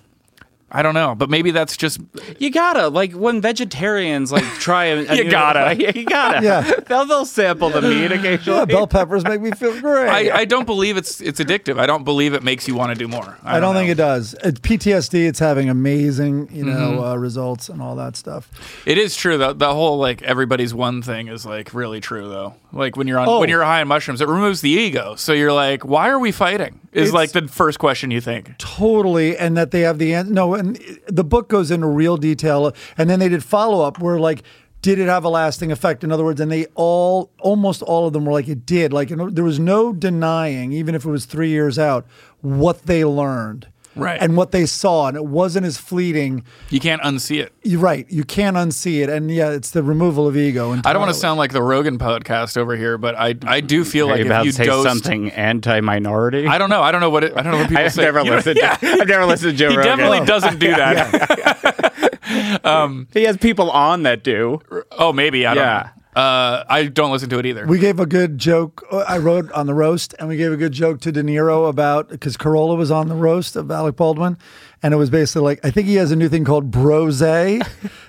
I don't know, but maybe that's just
You gotta like when vegetarians like try a, a
You
new-
gotta.
like, you gotta
Yeah.
they'll they'll sample the meat occasionally.
Yeah, bell peppers make me feel great.
I, I don't believe it's it's addictive. I don't believe it makes you want to do more.
I don't think
know.
it does. It's PTSD. It's having amazing, you know,
Mm-hmm.
uh, results and all that stuff.
It is true though. The whole like everybody's one thing is like really true though. Like when you're on
Oh.
when you're high on mushrooms, it removes the ego. So you're like, why are we fighting? Is
It's-
like the first question you think.
Totally, and that they have the an- no. And the book goes into real detail, and then they did follow up where like. Did it have a lasting effect? In other words, and they all, almost all of them were like, it did. Like, you know, there was no denying, even if it was three years out, what they learned.
Right.
And what they saw. And it wasn't as fleeting.
You can't unsee it.
You're right. You can't unsee it. And yeah, it's the removal of ego. And
I don't want to sound like the Rogan podcast over here, but I I do feel
Are
like
you about
if you
to say
dosed,
something anti-minority?
I don't know. I don't know what it, I don't know what people
I've
say.
never
You know,
listened. To, I've never listened to Joe
He
Rogan.
Oh.
definitely doesn't do that.
He has people on that do.
Oh, maybe I don't.
Yeah.
know. Uh, I don't listen to it either.
We gave a good joke. uh, I wrote on the roast, and we gave a good joke to De Niro about because Corolla was on the roast of Alec Baldwin, and it was basically like I think he has a new thing called brose. It's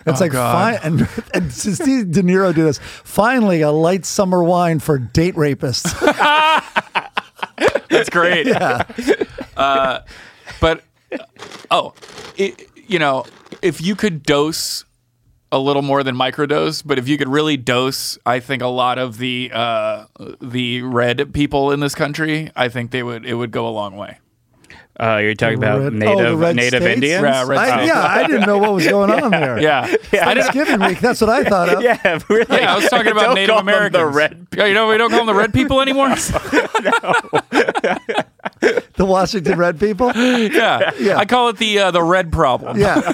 Oh,
like fine,
God.
and, and to see De Niro do this. Finally, a light summer wine for date rapists.
That's great. Uh, but oh, it, you know, if you could dose a little more than microdose, but if you could really dose, I think a lot of the uh, the red people in this country, I think they would it would go a long way.
Uh, you're talking
Red-
about
oh, the
native
red
native
states?
Indians.
Ra- red
I,
states.
yeah, I didn't know what was going on there.
Yeah. I didn't-
Thanksgiving week. That's what I thought of.
Yeah, really.
yeah, I was talking about
Don't
Native
call them
Americans.
The red.
Yeah, you know, we don't call them the red people anymore.
The Washington Red people.
yeah.
Yeah.
I call it the uh, the red problem.
Yeah,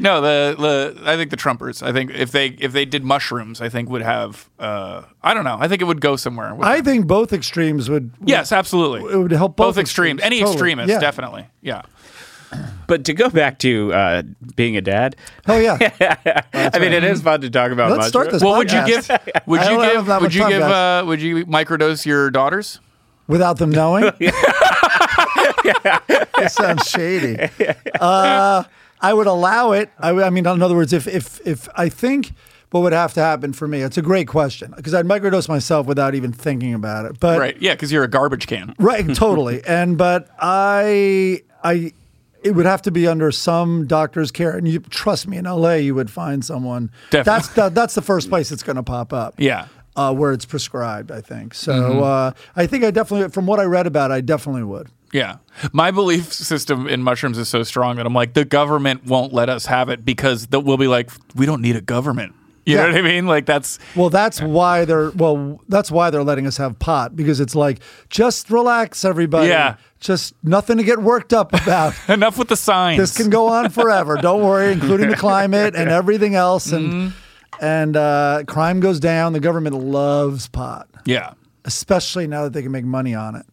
No, the, the I think the Trumpers. I think if they if they did mushrooms, I think would have. Uh, I don't know. I think it would go somewhere. with
I
them.
think both extremes would.
yes, absolutely.
it would help both,
both extremes. Any
totally.
extremist,
Yeah.
definitely. Yeah.
But to go back to uh, being a dad,
Oh yeah.
I mean, it is fun to talk about.
Let's start
mushrooms.
this
Well, would you
podcast
give? Would
I
you
don't have
give?
that
Would
much
you
time,
give?
guys.
Uh, would you microdose your daughters?
without them knowing. It sounds shady. Uh, I would allow it. I, would- I mean, in other words, if if if I think what would have to happen for me, it's a great question because I'd microdose myself without even thinking about it. But
Right. Yeah, because you're a garbage can.
Right, totally. And but I I it would have to be under some doctor's care. And you trust me, in LA you would find someone.
Definitely.
That's the that's the first place it's gonna pop up.
Yeah. Mm-hmm.
Uh, where it's prescribed, I think. So uh, I think I definitely from what I read about, it, I definitely would.
Yeah. My belief system in mushrooms is so strong that I'm like, the government won't let us have it because the, we'll be like, we don't need a government. You
Yeah.
know what I mean? Like that's
Well, that's why they're well. That's why they're letting us have pot because it's like just relax, everybody.
Yeah.
Just nothing to get worked up about.
enough with the signs.
this can go on forever. Don't worry, including the climate and everything else, and and uh, crime goes down. The government loves pot.
yeah.
especially now that they can make money on it.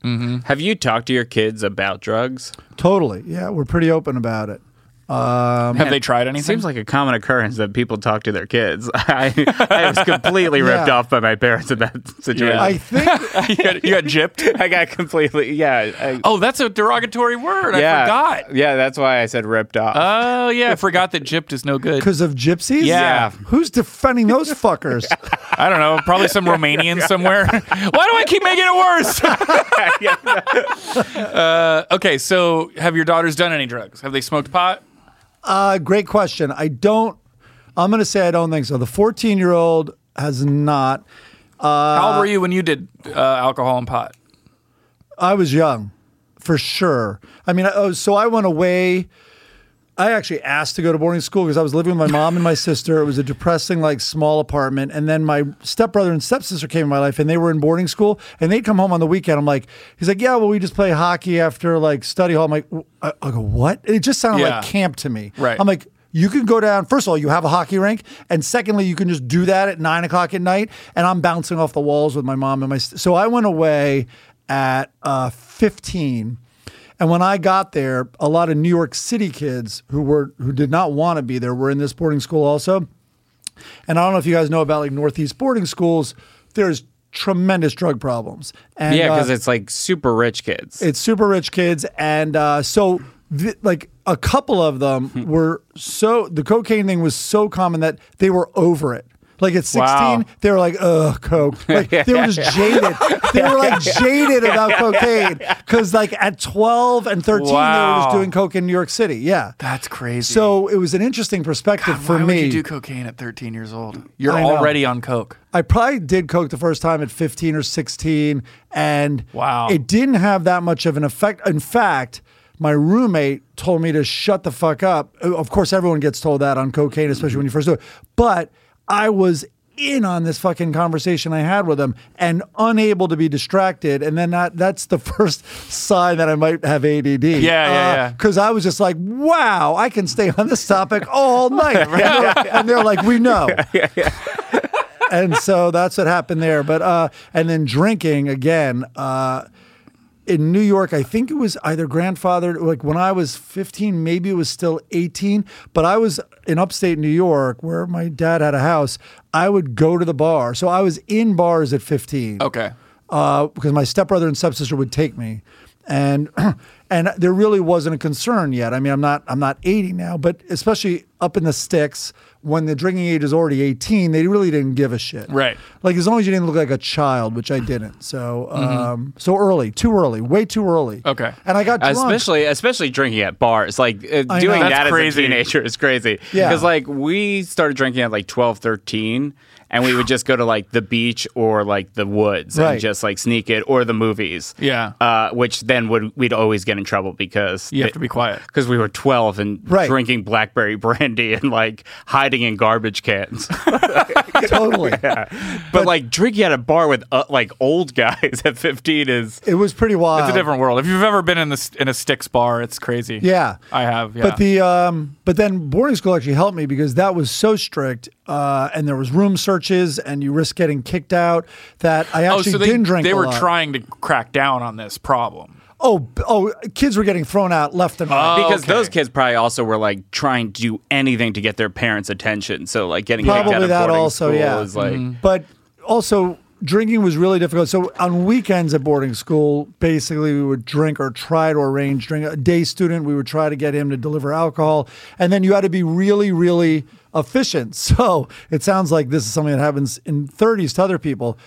Have you talked to your kids about drugs?
Totally. Yeah, we're pretty open about it. Um,
Have they tried anything?
It seems like a common occurrence that people talk to their kids. I, I was completely ripped
Yeah.
off by my parents in that situation.
I think
you, got, you got gypped.
I got completely yeah. I,
Oh, that's a derogatory word.
yeah,
I forgot.
Yeah, that's why I said ripped off.
Uh,
Oh yeah, I forgot that gypped is no good.
because of gypsies.
Yeah.
Who's defending those fuckers?
I don't know. Probably some Romanian somewhere. Why do I keep making it worse? uh, okay, so have your daughters done any drugs? Have they smoked pot?
Uh, great question. I don't. I'm going to say I don't think so. The 14 year old has not.
How old were you when you did uh, alcohol and pot?
I was young, for sure. I mean, I, oh, so I went away. I actually asked to go to boarding school because I was living with my mom and my sister. It was a depressing, like, small apartment. And then my stepbrother and stepsister came in my life, and they were in boarding school. And they'd come home on the weekend. I'm like, he's like, yeah, well, we just play hockey after like study hall. I'm like, w- I, I go, what? It just sounded
Yeah.
like camp to me.
Right.
I'm like. You can go down. First of all, you have a hockey rink, and secondly, you can just do that at nine o'clock at night. And I'm bouncing off the walls with my mom and my. st- So I went away at uh, 15, and when I got there, a lot of New York City kids who were who did not want to be there were in this boarding school also. And I don't know if you guys know about like Northeast boarding schools. There's tremendous drug problems. And,
yeah, because
uh,
it's like super rich kids.
it's super rich kids, and uh, so th- like a couple of
Hmm.
them were so the cocaine thing was so common that they were over it. Like at 16,
Wow.
they were like, ugh, coke. Like they were just jaded. They were like jaded about cocaine. Cause like at 12 and 13, they were
Wow.
just doing coke in New York City. Yeah.
That's crazy.
So it was an interesting perspective for
Why
me.
would you do cocaine at 13 years old? You're
I know.
already on coke.
I probably did coke the first time at 15 or 16 and
Wow.
it didn't have that much of an effect. In fact, my roommate told me to shut the fuck up. Uh, Of course everyone gets told that on cocaine especially when you first do it. But I was in on this fucking conversation I had with him and unable to be distracted and then that that's the first sign that I might have ADD.
yeah, yeah.
Cuz Uh, I was just like, "Wow, I can stay on this topic all night." And they're like, "We know." and so that's what happened there. But uh, and then drinking again uh, in New York. I think it was either grandfathered. Like when I was 15, maybe it was still 18. But I was in upstate New York where my dad had a house. I would go to the bar, so I was in bars at 15
Okay.
uh, because my stepbrother and stepsister would take me, and and there really wasn't a concern yet. I mean, I'm not I'm not 80 now, but especially up in the sticks when the drinking age is already 18, they really didn't give a shit.
Right.
Like as long as you didn't look like a child, which I didn't. So um, so early, too early, way too early.
Mm-hmm. Okay.
And I got drunk.
especially especially drinking at bars like uh,
I
doing
know.
that
That's
as
crazy.
a teenager is crazy
Yeah.
because like we started drinking at like 12 13 and we would just go to like the beach or like the woods
Right.
and just like sneak it or the movies
Yeah.
uh, which then would we'd always get in trouble because
You have to be quiet.
because we were 12 and
Right.
drinking blackberry brandy and like hiding in garbage cans
totally.
but like drinking at a bar with uh, like old guys at 15 is
It was pretty wild.
It's a different world. If you've ever been in this in a sticks bar, it's crazy.
Yeah,
I have. Yeah.
But the um, but then boarding school actually helped me because that was so strict, uh, and there was room searches, and you risk getting kicked out. That I
oh,
actually
so they,
didn't drink.
they
a
were
lot.
trying to crack down on this problem.
Oh, b- oh, kids were getting thrown out left and right.
because
Oh, Okay.
those kids probably also were like trying to do anything to get their parents' attention. So like getting kicked out
Probably
of
that
boarding
also,
school
yeah.
is
Mm-hmm.
like
But also, drinking was really difficult. So on weekends at boarding school, basically we would drink or try to arrange drink. A day student, we would try to get him to deliver alcohol, and then you had to be really, really efficient. So it sounds like this is something that happens in 30s to other people.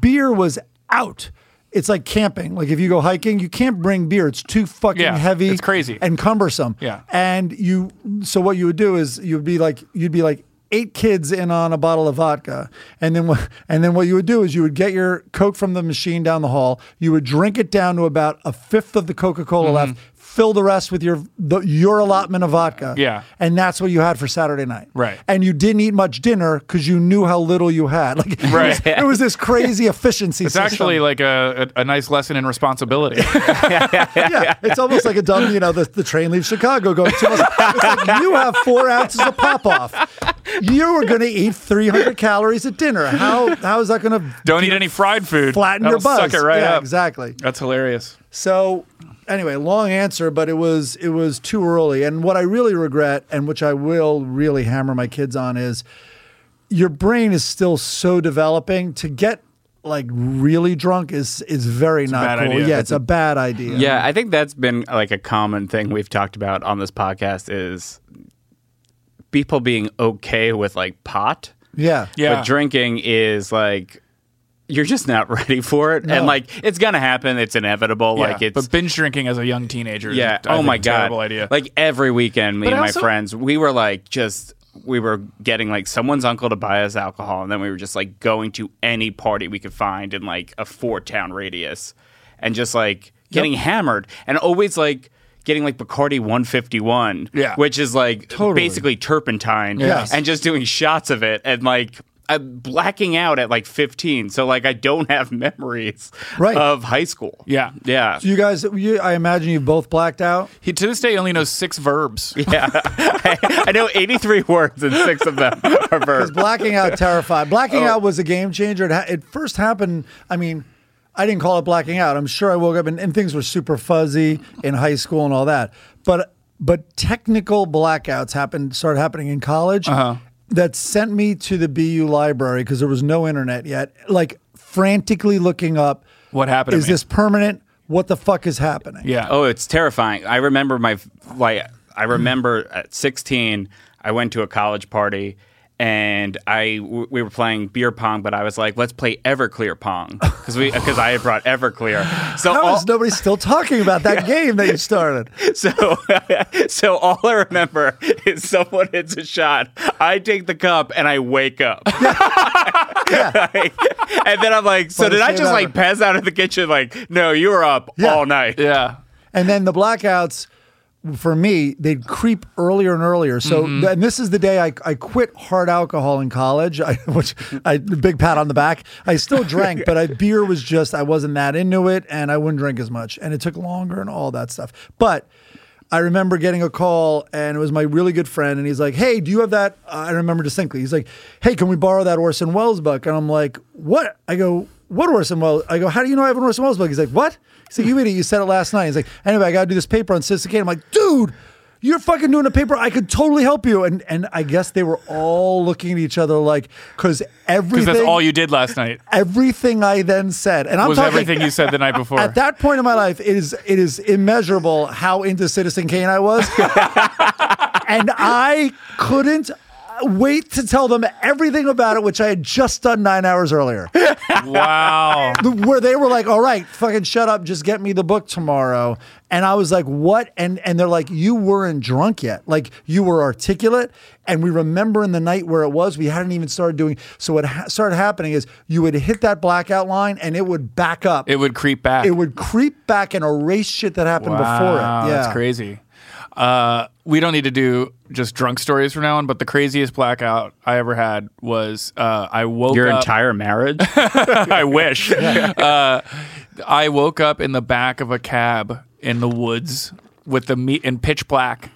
Beer was out. It's like camping. Like if you go hiking, you can't bring beer. It's too fucking
Yeah,
heavy.
it's crazy.
and cumbersome.
Yeah.
And you, so what you would do is you'd be like, you'd be like eight kids in on a bottle of vodka, and then what, and then what you would do is you would get your Coke from the machine down the hall. You would drink it down to about a fifth of the Coca Cola
Mm-hmm.
left. Fill the rest with your the, your allotment of vodka.
Yeah.
And that's what you had for Saturday night.
Right.
And you didn't eat much dinner because you knew how little you had. Like it
Right.
was- It, was, this crazy efficiency.
It's actually like a, a, a nice lesson in responsibility.
yeah, it's almost like a dumb, you know, the, the train leaves Chicago going too much. It's like you have four ounces of pop off. you were going to eat 300 calories at dinner. How how is that going to
Don't eat any fried food.
flatten
That'll
your buzz?
Suck it right
yeah,
up.
exactly.
That's hilarious.
So anyway, long answer, but it was it was too early. And what I really regret, and which I will really hammer my kids on, is your brain is still so developing. To get like really drunk is is very not
bad
cool.
idea.
Yeah, it's a bad idea.
Yeah, I think that's been like a common thing we've talked about on this podcast is people being okay with like pot,
yeah,
Yeah.
but drinking is like you're just not ready for it, and like it's gonna happen. It's inevitable.
Yeah,
Like it's
but binge drinking as a young teenager. is,
yeah.
I
oh
think,
my
a
god.
terrible idea.
Like every weekend, me
But
and my
also-
friends, we were like just we were getting like someone's uncle to buy us alcohol, and then we were just like going to any party we could find in like a four town radius, and just like getting hammered, and always like. Getting like Bacardi 151,
Yeah.
which is like basically turpentine,
Yes.
and just doing shots of it, and like I'm blacking out at like 15, so like I don't have memories
Right.
of high school.
Yeah.
yeah,
So you guys, you, I imagine you've both blacked out.
he to this day only knows six verbs.
Yeah, I, I know 83 words and six of them are verbs.
Blacking out terrified. Blacking
Oh.
out was a game changer. It, ha- it first happened. I mean, I didn't call it blacking out. I'm sure I woke up and, and things were super fuzzy in high school and all that. But but technical blackouts happened started happening in college.
Uh-huh.
That sent me to the BU library because there was no internet yet. Like frantically looking up
What happened to
Is
me?
this permanent? What the fuck is happening?
Yeah.
Oh, it's terrifying. I remember my like I remember at 16 I went to a college party and I w- we were playing beer pong, but I was like, let's play Everclear pong because we because I had brought Everclear. So
How
all,
is nobody still talking about that game that you started?
So, so all I remember is someone hits a shot. I take the cup and I wake up. Like, and then I'm like, so
Funny
did I
shit
just like
ever.
pass out in the kitchen? Like, no, you were up
Yeah.
all night.
yeah.
And then the blackouts, for me, they'd creep earlier and earlier. So, th- and this is the day I, I quit hard alcohol in college, I, which I, big pat on the back. I still drank, but I, beer was just, I wasn't that into it and I wouldn't drink as much. And it took longer and all that stuff. But I remember getting a call and it was my really good friend. And he's like, Hey, do you have that? I remember distinctly. He's like, Hey, can we borrow that Orson Welles book? And I'm like, What? I go, what Orson Welles? I go, how do you know I have an Orson Welles book? He's like, what? He's like, you idiot, you said it last night. He's like, anyway, I got to do this paper on Cistocane. I'm like, dude, you're fucking doing a paper. I could totally help you. And and I guess they were all looking at each other like, because
Because
everything,
that's all you did last night
everything I then said, and I'm
was
talking
everything you said the night before.
at that point in my life, it is it is immeasurable how into Citizen Kane I was, and I couldn't wait to tell them everything about it, which I had just done nine hours earlier.
wow.
The- Where they were like, "All right, fucking shut up, just get me the book tomorrow," and I was like, "What?" And and they're like, "You weren't drunk yet. Like you were articulate." And we remember in the night where it was, we hadn't even started doing. So what ha- started happening is you would hit that blackout line, and it would back up
It would creep back.
it would creep back and erase shit that happened before
Wow,
it. Yeah,
That's crazy. Uh, we don't need to do just drunk stories from now on, but the craziest blackout I ever had was uh, I woke
Your
up.
entire marriage?
I wish. Uh, I woke up in the back of a cab in the woods with the meat in pitch black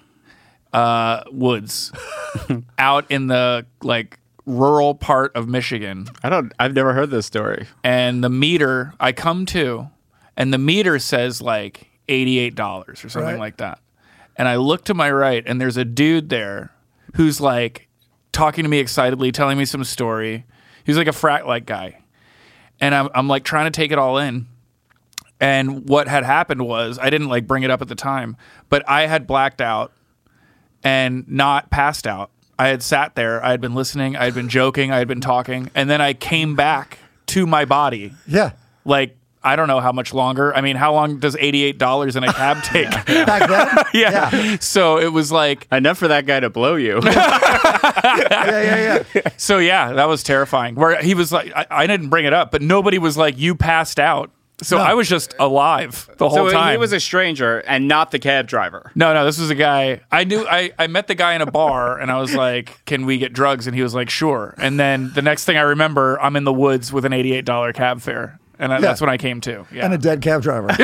uh, woods out in the like rural part of Michigan
I don't. I've never heard this story.
and the meter I come to, and the meter says like eighty-eight dollars or something
Right.
like that. And I look to my right, and there's a dude there who's like talking to me excitedly, telling me some story. He's like a frat like guy, and I'm I'm like trying to take it all in. And what had happened was I didn't like bring it up at the time, but I had blacked out and not passed out. I had sat there, I had been listening, I had been joking, I had been talking, and then I came back to my body.
yeah.
Like, I don't know how much longer. I mean, how long does $88 in a cab take? yeah.
Back then,
So it was like,
Enough for that guy to blow you.
yeah, yeah, yeah.
so yeah, that was terrifying. Where he was like, I, I didn't bring it up, but nobody was like, you passed out. So I was just alive the whole
so
time.
he was a stranger and not the cab driver.
No, no, this was a guy I knew. I, I met the guy in a bar and I was like, Can we get drugs? And he was like, Sure. And then the next thing I remember, I'm in the woods with an $88 cab fare. And I, that's when I came to. Yeah.
And a dead cab driver.
but,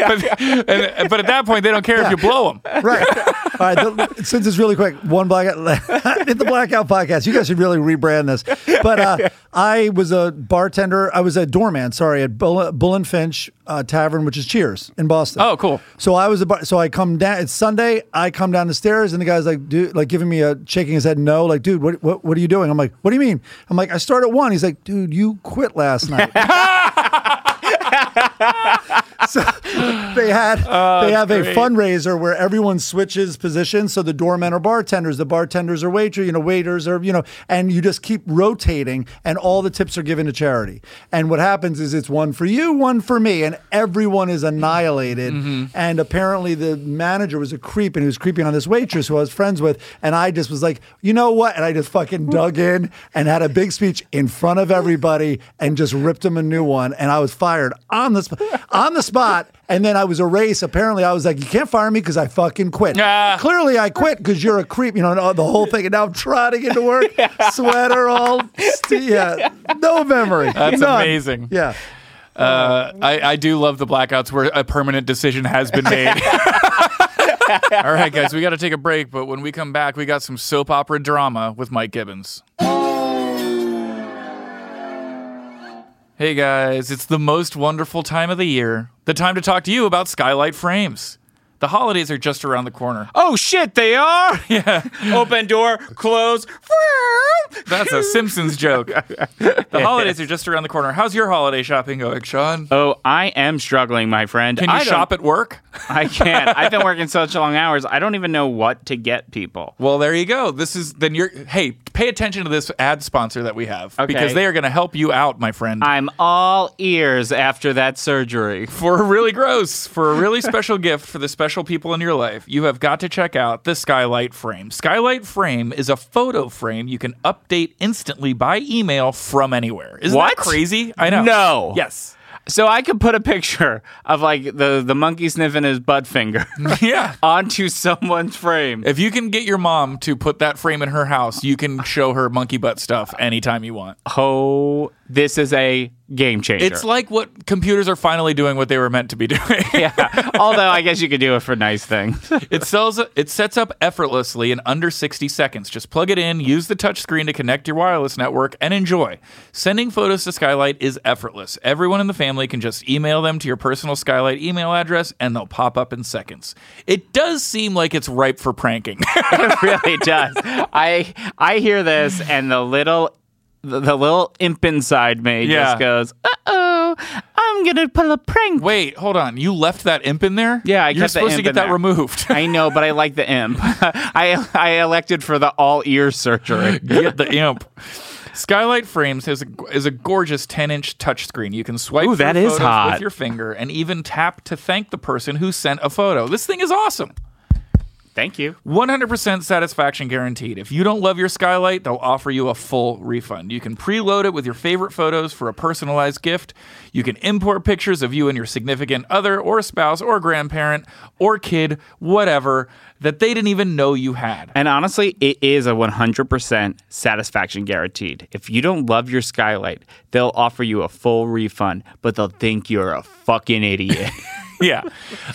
and- but at that point, they don't care if you blow them.
right. All right, the, since it's really quick, one blackout hit the blackout podcast. You guys should really rebrand this. But uh, I was a bartender. I was a doorman. Sorry, at Bull, Bull and Finch uh, Tavern, which is Cheers in Boston.
Oh, cool.
So I was a bar- so I come down. It's Sunday. I come down the stairs, and the guy's like, dude, like giving me a shaking his head no. Like, dude, what what, what are you doing? I'm like, what do you mean? I'm like, I start at one. He's like, dude, you quit last night. so they had they have a
great.
fundraiser where everyone switches positions. So the doormen are bartenders, the bartenders are waiter, you know, waiters are you know, and you just keep rotating, and all the tips are given to charity. And what happens is it's one for you, one for me, and everyone is annihilated. And apparently the manager was a creep, and he was creeping on this waitress who I was friends with, and I just was like, you know what? And I just fucking dug in and had a big speech in front of everybody and just ripped him a new one, and I was fired on the spot. On the spot. And then I was erased. Apparently, I was like, "You can't fire me because I fucking quit."
Ah.
Clearly, I quit because you're a creep. You know, and all- the whole thing. And now I'm trying to get to work, sweater all, st- yeah, no memory.
That's
None.
amazing.
Yeah,
Uh, I, I do love the blackouts where a permanent decision has been made. All right, guys, we got to take a break, but when we come back, we got some soap opera drama with Mike Gibbons. Hey, guys, it's the most wonderful time of the year. The time to talk to you about Skylight Frames. The holidays are just around the corner.
Oh shit, they are. Yeah. Open door, close.
That's a Simpsons joke. The holidays are just around the corner. How's your holiday shopping going, Sean?
Oh, I am struggling, my friend.
Can you shop at work?
I can't. I've been working such long hours. I don't even know what to get people.
Well, there you go. This is then you're hey, pay attention to this ad sponsor that we have
Okay.
because they are going to help you out, my friend.
I'm all ears after that surgery.
for a really gross, for a really special gift for the special people in your life, you have got to check out the Skylight Frame. Skylight Frame is a photo frame you can update instantly by email from anywhere. Isn't
What?
that crazy? I know.
No.
Yes.
So I could put a picture of like the the monkey sniffing his butt finger
Yeah.
onto someone's frame.
If you can get your mom to put that frame in her house, you can show her monkey butt stuff anytime you want.
Oh, this is a game changer.
It's like what computers are finally doing what they were meant to be doing.
yeah. Although I guess you could do it for nice things.
It sells. It sets up effortlessly in under 60 seconds. Just plug it in, use the touchscreen to connect your wireless network, and enjoy. Sending photos to Skylight is effortless. Everyone in the family can just email them to your personal Skylight email address, and they'll pop up in seconds. It does seem like it's ripe for pranking.
it really does. I I hear this and the little the, the little imp inside me
Yeah.
just goes, "Uh oh, I'm gonna pull a prank."
Wait, hold on. You left that imp in there?
Yeah, I
you're
kept the
supposed to
imp
get
in
that
there.
removed.
I know, but I like the imp. I I elected for the all ear surgery.
Get the imp. Skylight Frames has a, is a gorgeous 10 inch touchscreen. You can swipe
Ooh, that
through
is
photos
hot.
with your finger and even tap to thank the person who sent a photo. This thing is awesome.
Thank you.
100% satisfaction guaranteed. If you don't love your skylight, they'll offer you a full refund. You can preload it with your favorite photos for a personalized gift. You can import pictures of you and your significant other, or spouse, or grandparent, or kid, whatever, that they didn't even know you had.
And honestly, it is a 100% satisfaction guaranteed. If you don't love your skylight, they'll offer you a full refund, but they'll think you're a fucking idiot.
Yeah.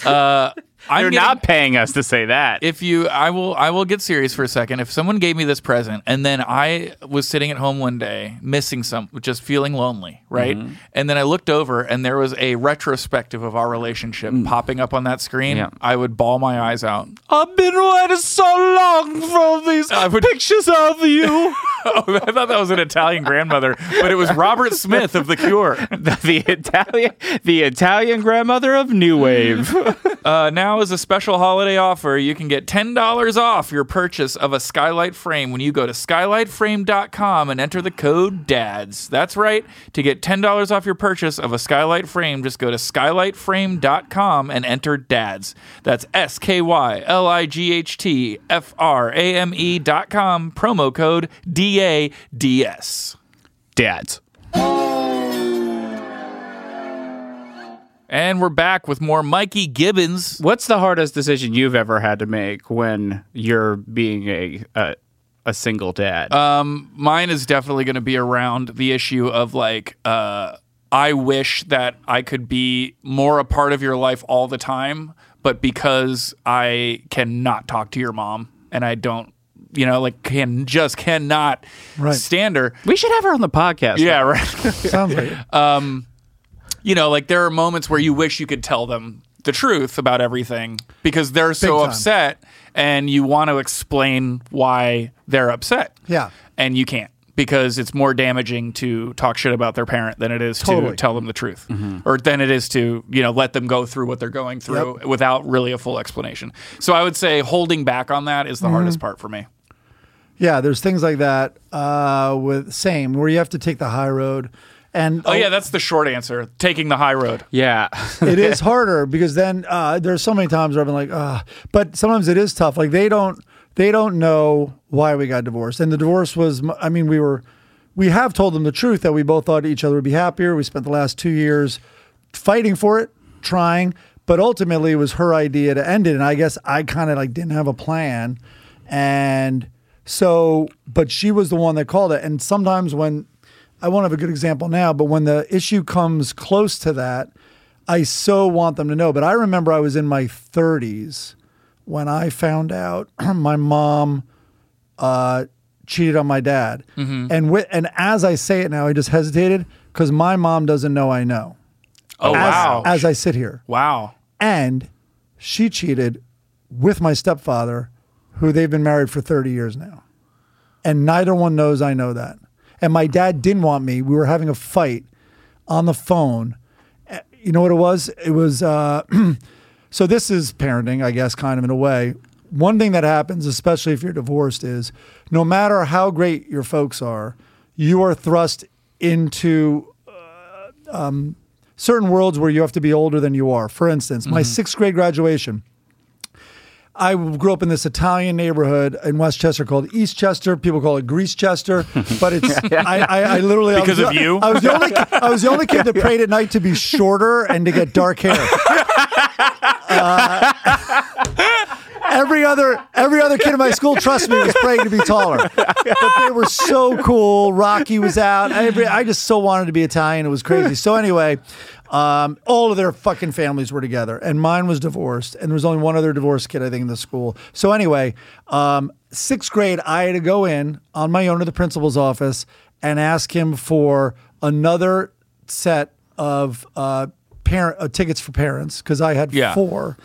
Uh, I'm
They're
getting-
not paying us to say that.
if you i will i will get serious for a second if someone gave me this present and then i was sitting at home one day missing some just feeling lonely right and then i looked over and there was a retrospective of our relationship popping up on that screen
Yeah.
i would bawl my eyes out
I've been waiting so long for these pictures of you.
oh, i thought that was an italian grandmother but it was robert smith of the cure
the, the Italian, the Italian grandmother of New Wave.
Uh, now is a special holiday offer. You can get $10 off your purchase of a skylight frame when you go to skylightframe.com and enter the code DADS. That's right. To get $10 off your purchase of a skylight frame, just go to skylightframe.com and enter DADS. That's S K Y L I G H T F R A M E.com, promo code D A D S.
Dads.
And we're back with more Mikey Gibbons.
What's the hardest decision you've ever had to make when you're being a a, a single dad?
mine is definitely going to be around the issue of like uh, i wish that i could be more a part of your life all the time but because I cannot talk to your mom and I don't, you know, like can just cannot
Right.
stand her.
We should have her on the podcast.
Yeah, right.
Sounds like it.
Um, you know, like there are moments where you wish you could tell them the truth about everything because they're so
Big time.
upset and you want to explain why they're upset.
Yeah.
And you can't because it's more damaging to talk shit about their parent than it is
Totally.
to tell them the truth or than it is to, you know, let them go through what they're going through without really a full explanation. So I would say holding back on that is the
Mm-hmm.
hardest part for me.
yeah, there's things like that uh, with same where you have to take the high road. And
Oh, yeah, that's the short answer. Taking the high road.
Yeah.
it is harder because then uh, there's so many times where I've been like, ah, but sometimes it is tough. Like they don't they don't know why we got divorced, and the divorce was. m- I mean, we were we have told them the truth that we both thought each other would be happier. We spent the last two years fighting for it, trying, but ultimately it was her idea to end it, and I guess I kind of like didn't have a plan, and so but she was the one that called it, and sometimes when. I won't have a good example now, but when the issue comes close to that, I so want them to know. But I remember I was in my 30s when I found out my mom uh, cheated on my dad.
Mm-hmm.
And with, and as I say it now, I just hesitated because my mom doesn't know I know.
Oh,
as,
wow.
As I sit here,
wow.
and she cheated with my stepfather, who they've been married for 30 years now. And neither one knows I know that. And my dad didn't want me. We were having a fight on the phone. Eh, You know what it was? It was, uh, so this is parenting, I guess, kind of in a way. One thing that happens, especially if you're divorced, is no matter how great your folks are, you are thrust into uh, um, certain worlds where you have to be older than you are. For instance,
Mm-hmm.
my sixth grade graduation, I grew up in this Italian neighborhood in Westchester called Eastchester. People call it Greasechester, but it's I, I, I literally I
Because
was
of
the-
you?
I was the only I was the only kid that prayed at night to be shorter and to get dark hair. Uh, Every other every other kid in my school, trust me, was praying to be taller. But they were so cool. Rocky was out. Every, I just so wanted to be Italian. It was crazy. So anyway, um, all of their fucking families were together, and mine was divorced, and there was only one other divorced kid I think in the school. So anyway, um, sixth grade, I had to go in on my own to the principal's office and ask him for another set of uh, parent uh, tickets for parents because I had
Yeah.
four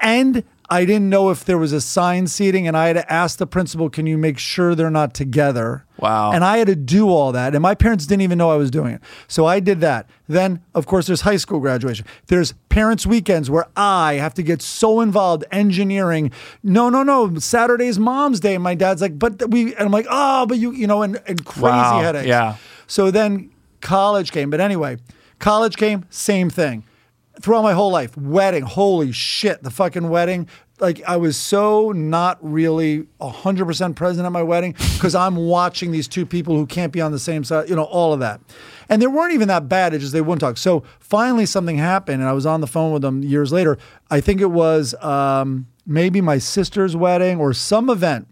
and I didn't know if there was assigned seating, and I had to ask the principal, "Can you make sure they're not together?"
Wow.
And I had to do all that, and my parents didn't even know I was doing it. So I did that. Then, of course, there's high school graduation. There's parents' weekends where I have to get so involved engineering. No, no, no. Saturday's Mom's Day, and my dad's like, "But th- we," and I'm like, "Oh, but you, you know," and, and crazy
Wow.
headaches.
Yeah.
So then college came. But anyway, college came, same thing. Throughout my whole life, wedding, holy shit, the fucking wedding. Like I was so not really 100% present at my wedding because I'm watching these two people who can't be on the same side, you know, all of that. And they weren't even that bad, it's just they wouldn't talk. So finally something happened and I was on the phone with them years later. I think it was um, maybe my sister's wedding or some event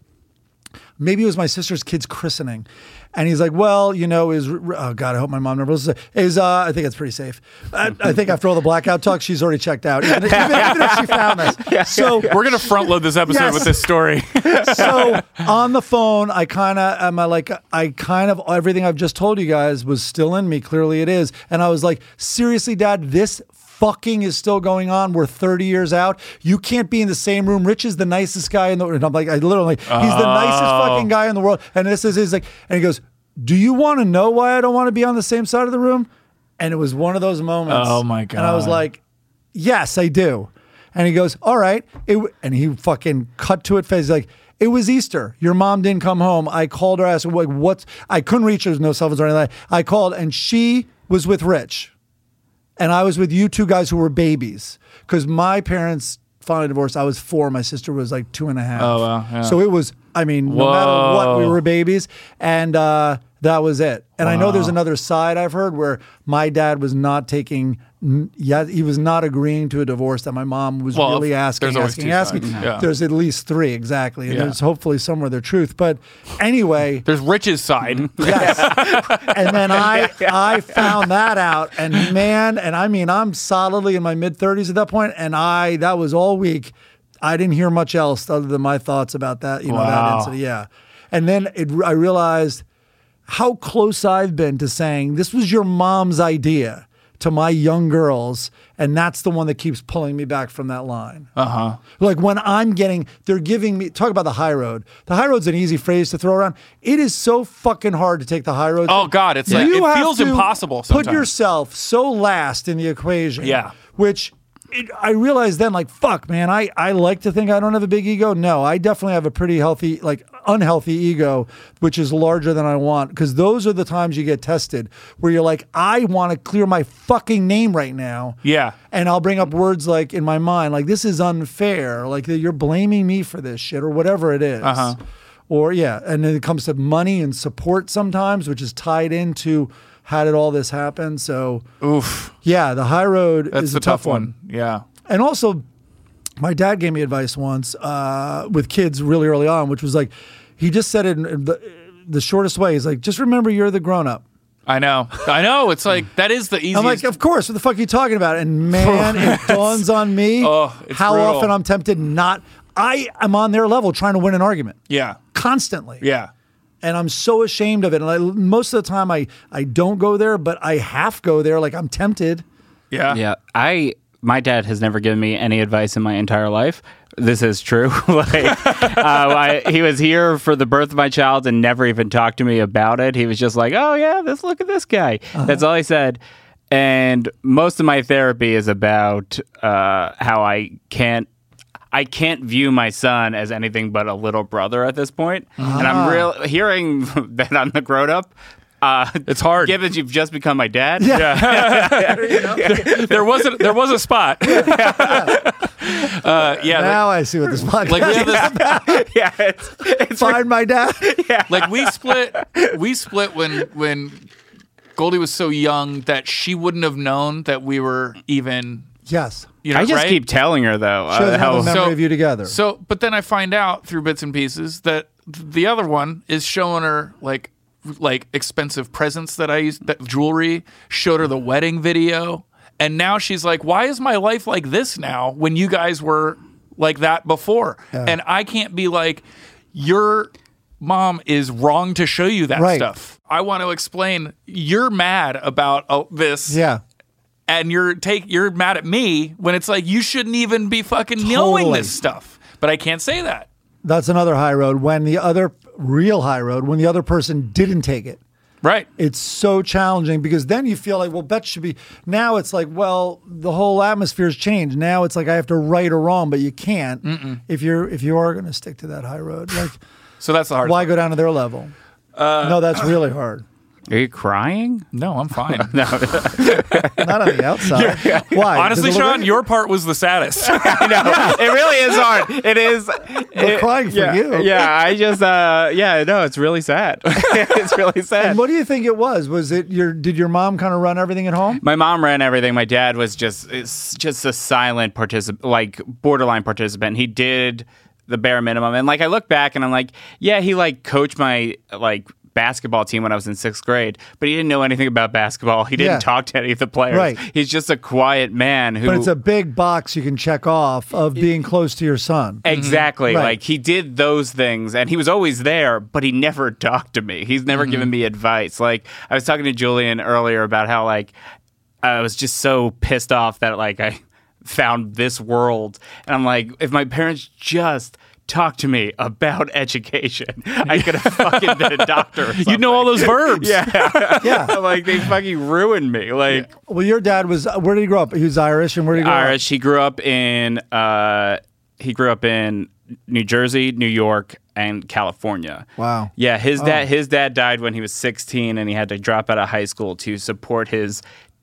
maybe it was my sister's kid's christening. And he's like, well, you know, is oh god, I hope my mom never listens. to it. Is uh, I think it's pretty safe. I, I think after all the blackout talk, she's already checked out. Even, even- even if she found this, so
We're going to front load this episode
Yes.
with this story.
so on the phone, I kind of am I like I kind of everything I've just told you guys was still in me. Clearly, it is, and I was like, seriously, Dad, this fucking is still going on. We're 30 years out. You can't be in the same room. Rich is the nicest guy in the. And I'm like, I literally, he's the nicest
Oh.
fucking guy in the world. And this is he's like, and he goes, Do you want to know why I don't want to be on the same side of the room? And it was one of those moments.
Oh, my
And I was
God.
like like, yes, I do. And he goes, all right. It, w- and he fucking cut to it face. He's like, it was Easter. Your mom didn't come home. I called her, asked her, like, what's, I couldn't reach her. There was no cell phones or anything like that. I called and she was with Rich. And I was with you two guys who were babies because my parents finally divorced. I was four. My sister was like two and a half.
Oh, wow. Yeah.
So it was, I mean, no matter what, we
Whoa.
were babies. And uh, that was it. And I know there's another side I've heard where my dad was not taking n- yeah, he was not agreeing to a divorce that my mom was
Well,
really
there's
asking,
always
asking,
two
asking.
sides. Yeah.
There's at least three exactly, and
Yeah.
there's hopefully somewhere the truth. But anyway,
There's Rich's side.
Yes. and then I I found that out, and man, and I mean I'm solidly in my mid 30s at that point, and I that was all week. I didn't hear much else other than my thoughts about that, you know, that
Wow.
incident. Yeah, and then it, I realized how close I've been to saying this was your mom's idea to my young girls, and that's the one that keeps pulling me back from that line.
Uh-huh.
Like when I'm getting, they're giving me, talk about the high road. The high road's an easy phrase to throw around. It is so fucking hard to take the high road.
Oh, God, it's like- it
have
feels
to
impossible
Put
sometimes.
yourself so last in the equation.
Yeah.
Which it, I realized then, like, fuck, man, I, I like to think I don't have a big ego. No, I definitely have a pretty healthy, like, unhealthy ego, which is larger than I want. Because those are the times you get tested where you're like, I want to clear my fucking name right now
Yeah.
and I'll bring up words like in my mind, like this is unfair, like that you're blaming me for this shit or whatever it is.
Uh-huh.
Or yeah, and then it comes to money and support sometimes, which is tied into how did all this happen. So
Oof.
yeah, the high road
That's
is
the
a tough, one.
Yeah.
And also, my dad gave me advice once uh, with kids really early on, which was like, he just said it in in the, the shortest way. He's like, just remember you're the grown up.
I know. I know. It's like that is the easiest.
Mm. I'm like, of course. What the fuck are you talking about? And man, it dawns on me
Oh, it's
how
brutal.
often I'm tempted not. I am on their level trying to win an argument
yeah.
constantly,
Yeah.
and I'm so ashamed of it. And I, most of the time, I I don't go there, but I half go there. Like I'm tempted.
Yeah.
Yeah, I my dad has never given me any advice in my entire life. This is true. like uh, I, he was here for the birth of my child and never even talked to me about it. He was just like, "Oh yeah, let's look at this guy."
Uh-huh.
That's all he said. And most of my therapy is about uh, how I can't. I can't view my son as anything but a little brother at this point, and
Ah.
I'm real hearing that I'm the grown up. Uh,
It's hard.
given you've just become my dad.
there was a there was a spot. Uh, yeah.
Now I see what this podcast.
like, like we have this
yeah, it's, it's
Find my dad.
like we split we split when when Goldie was so young that she wouldn't have known that we were even
yes,
you know
I just
right?
keep telling her though.
she
Uh,
doesn't have
how,
a memory of you together.
So, but then I find out through bits and pieces that th- the other one is showing her like like expensive presents that I used that jewelry, showed her the wedding video, and now she's like, "Why is my life like this now when you guys were like that before?" And I can't be like, "Your mom is wrong to show you that
Right.
stuff." I want to explain. You're mad about oh, this,
yeah,
and you're take you're mad at me when it's like you shouldn't even be fucking knowing
Totally.
this stuff. But I can't say that.
that's another high road. When the other real high road, when the other person didn't take it.
Right.
it's so challenging because then you feel like, well, bet should be. Now it's like, well, the whole atmosphere's changed. Now it's like I have to right or wrong, but you can't if you're if you are going to stick to that high road. Like,
So that's the hard.
why go down to their level?
Uh,
no, that's really hard.
are you crying?
No, I'm fine.
Not on the outside. Why?
Honestly,
Because we're-
Sean, your part was the saddest.
I know it really is hard. It is.
we're
it-
crying for
yeah,
you.
Yeah, I just. Uh, yeah, no, it's really sad. it's really sad.
And what do you think it was? Was it your? Did your mom kind of run everything at home?
my mom ran everything. My dad was just it's just a silent participant, like borderline participant. He did the bare minimum, and like I look back and I'm like, yeah, he like coached my like basketball team when I was in sixth grade, but he didn't know anything about basketball. He didn't
Yeah.
talk to any of the players.
Right.
He's just a quiet man who.
But it's a big box you can check off of being close to your son.
Mm-hmm.
Exactly.
Right.
Like he did those things and he was always there, but he never talked to me. He's never
Mm-hmm.
given me advice. Like I was talking to Julian earlier about how like I was just so pissed off that like I found this world and I'm like if my parents just talked to me about education, I could have fucking been a doctor. or
you know all those verbs.
something.
Yeah.
like they fucking ruined me. Like
Well, your dad was. Where did he grow up? He was Irish, and where did he grow up?
Irish. He grew up in uh, he grew up in New Jersey, New York, and California.
Wow.
Yeah, his dad his dad died when he was 16, and he had to drop out of high school to support his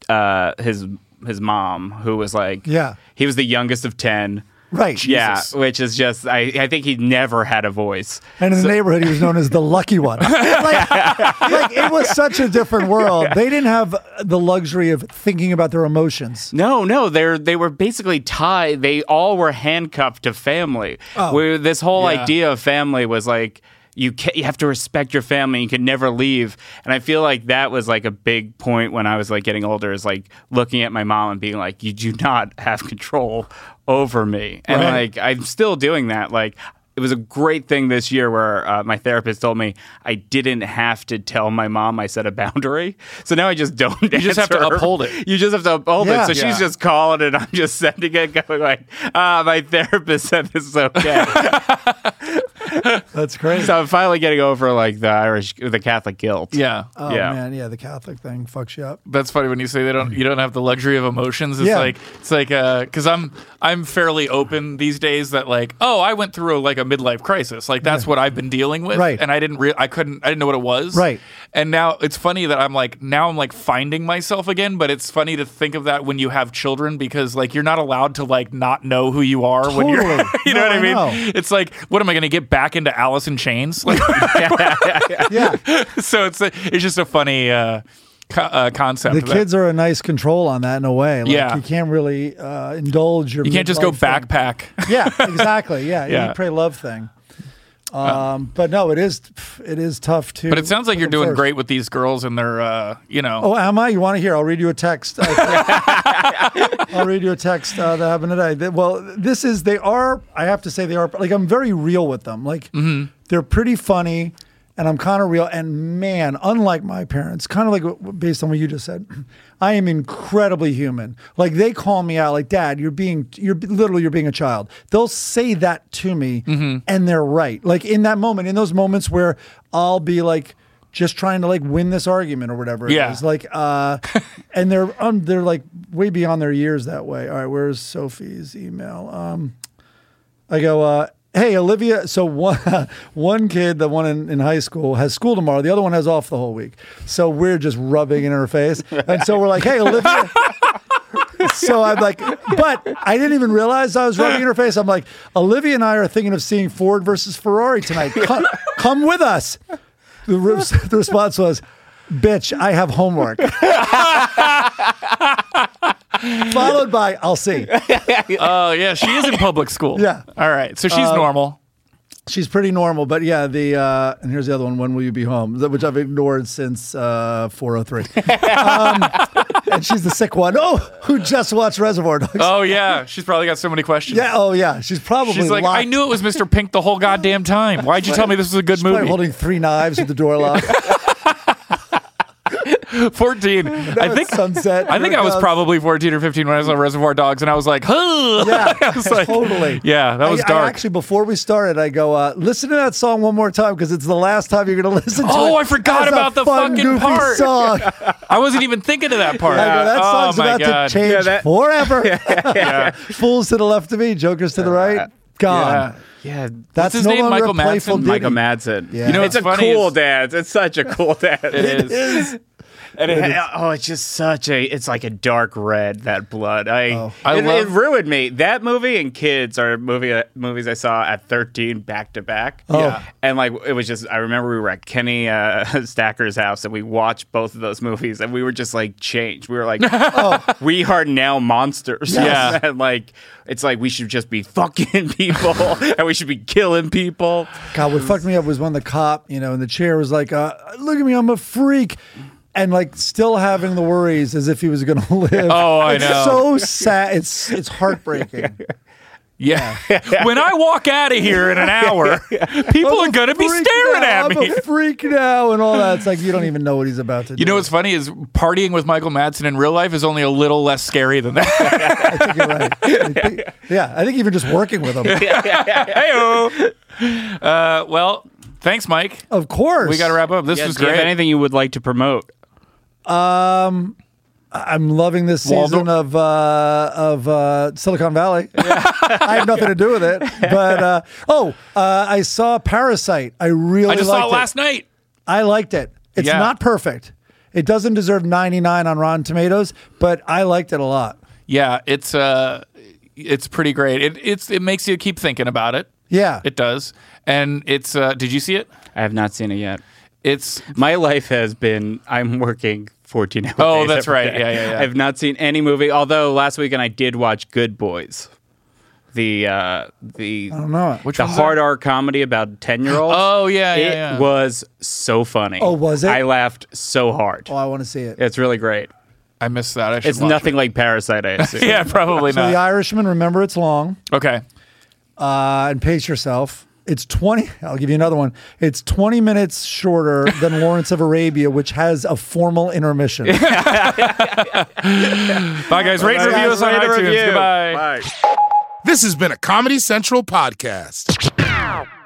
uh, his his mom, who was like
Yeah.
he was the youngest of ten.
Right.
Yeah,
Jesus.
which is just I, I think he never had a voice.
And in the neighborhood, he was known as the lucky one. like, like, it was such a different world. They didn't have the luxury of thinking about their emotions.
No, no, they're they were basically tied. They all were handcuffed to family. Where this whole
Oh. Yeah.
idea of family was like you ca you have to respect your family. You can never leave. And I feel like that was like a big point when I was like getting older. Is like looking at my mom and being like, you do not have control over me. And
Right.
like I'm still doing that. Like. It was a great thing this year where uh, my therapist told me I didn't have to tell my mom I set a boundary. So now I just don't. You
just have to uphold it.
You just have to uphold
Yeah.
it. So
Yeah.
she's just calling it. I'm just sending it, going like, ah, my therapist said this is okay.
That's crazy.
so I'm finally getting over like the Irish, the Catholic guilt.
Yeah.
oh,
yeah.
man. Yeah, the Catholic thing fucks you up.
That's funny when you say they don't. You don't have the luxury of emotions. It's
Yeah.
like it's like because I'm I'm fairly open these days. That like oh I went through like a midlife crisis. Like that's what I've been dealing with.
Right.
And I didn't re- I couldn't I didn't know what it was.
Right.
And now it's funny that I'm like now I'm like finding myself again. But it's funny to think of that when you have children because like you're not allowed to like not know who you are when you're.
Totally.
you know
No,
what I
I
mean?
know.
It's like what am I going to get back into Alice in Chains? Like
Yeah.
so it's a, it's just a funny uh, co- uh, concept.
The
that-
kids are a nice control on that in a way. Like,
Yeah.
You can't really uh, indulge your.
You can't just go
midlife
backpack.
thing. Yeah, exactly. Yeah.
Yeah. Uh.
Eat, pray, love thing. Um, but no, it is it is tough too.
But it sounds like you're doing great with these girls and they're, uh, you know.
Oh, am I? You want to hear? I'll read you a text. I'll read you a text uh, that happened today. That- Well, this is they are. I have to say they are. Like I'm very real with them. Like
Mm-hmm.
they're pretty funny, and I'm kind of real. And man, unlike my parents, kind of like w- based on what you just said, I am incredibly human. Like they call me out, like Dad, you're being, you're literally, you're being a child. They'll say that to me,
Mm-hmm.
and they're right. Like in that moment, in those moments where I'll be like. Just trying to like win this argument or whatever. it
Yeah.
is. Like like uh and they're um they're like way beyond their years that way all right where's sophie's email um i go uh hey olivia so one one kid the one in, in high school has school tomorrow the other one has off the whole week so we're just rubbing in her face and so we're like hey olivia so I'm like, but I didn't even realize I was rubbing in her face. I'm like, Olivia and I are thinking of seeing Ford versus Ferrari tonight. Come, come with us. The, re- the response was, bitch, I have homework. Followed by, I'll see.
Oh, yeah, she is in public school. Uh,
Yeah.
All right. So she's normal.
She's pretty normal, but yeah, the, uh, and here's the other one, When Will You Be Home? Which I've ignored since uh, 403. um, and she's the sick one. Oh, who just watched Reservoir Dogs.
Oh, yeah. She's probably got so many questions.
Yeah, oh yeah, she's probably
She's like,
locked
I knew it was Mr. Pink the whole goddamn time. Why'd you tell me this was a good
Probably
movie?
holding three knives with the door locked.
14. I think.
sunset.
I think I was
Here it
probably 14 or 15 when I saw Reservoir Dogs, and I was like, huh.
Yeah,
I was like-
totally.
Yeah, that
comes.
was
I- I
dark.
actually, before we started, I go uh, listen to that song one more time because it's the last time you're going to listen to it.
Oh, I forgot
as a
about the
fun,
fucking
goofy
part.
Song. I
I wasn't even thinking of that part.
go, that
oh,
song's
my
about
God.
to change
Yeah, that-
forever. Fools to the left of me, jokers to the right. Gone.
Yeah.
yeah.
That's
his
no
name,
longer
Michael
a playful
Madsen?
ditty.
Michael Madsen.
Yeah. You know
it's a
what's funny
cool
is-
dance. It's such a cool dance.
It is.
And it, oh, it's just such a it's like a dark red that blood. I,
I
it,
love-
it ruined me. That movie and Kids are movie movies I saw at 13 back to back.
Oh. Yeah.
And like it was just I remember we were at Kenny uh, Stacker's house and we watched both of those movies and we were just like changed. We were like we are now monsters.
Oh. Yes.
and like it's like we should just be fucking people and we should be killing people.
God, what fucked me up was when the cop, you know, in the chair was like, uh, "Look at me, I'm a freak," and like still having the worries as if he was going to live.
Oh, I
it's
know.
So sad. It's it's heartbreaking.
Yeah. when I walk out of here in an hour, people are
I'm a
going to be
freak
staring
now,
at me.
I'm a freak now and all that. It's like you don't even know what he's about to do.
You know what's funny is partying with Michael Madsen in real life is only a little less scary than that.
I think you're right. I think- yeah, I think even just working with him.
Heyo. Uh, well, thanks, Mike.
Of course,
We got to wrap up. This
Yeah,
was
do you have
great.
anything you would like to promote?
I'm loving this
Waldor-
season of uh, of uh, Silicon Valley. I have nothing to do with it, but uh, oh, uh, I saw Parasite. I really
I just
liked
saw it last night.
I liked it. It's
Yeah.
not perfect. It doesn't deserve 99 on Rotten Tomatoes, but I liked it a lot.
Yeah, it's uh it's pretty great. It it's it makes you keep thinking about it.
Yeah.
It does. And it's uh did you see it?
I have not seen it yet.
It's
My life has been I'm working 14 hours.
Oh, that's right. Yeah, yeah, yeah.
I've not seen any movie. Although last weekend I did watch Good Boys, the uh, the
I don't know it.
Which
the
one's
hard R comedy about 10 year olds.
Oh, yeah, yeah,
it
yeah.
was so funny.
Oh, was it?
I laughed so hard.
Oh, I want to see it.
It's really great.
I missed that. I should
It's
watch
nothing like Parasite. I assume.
it. Yeah, probably
So the
not.
Irishman, remember it's long.
Okay.
uh, and pace yourself. It's 20. I'll give you another one. It's 20 minutes shorter than Lawrence of Arabia, which has a formal intermission.
Bye guys. Rate and
Guys,
review us on
rate and
iTunes.
review.
Goodbye.
Bye.
This has been a Comedy Central podcast.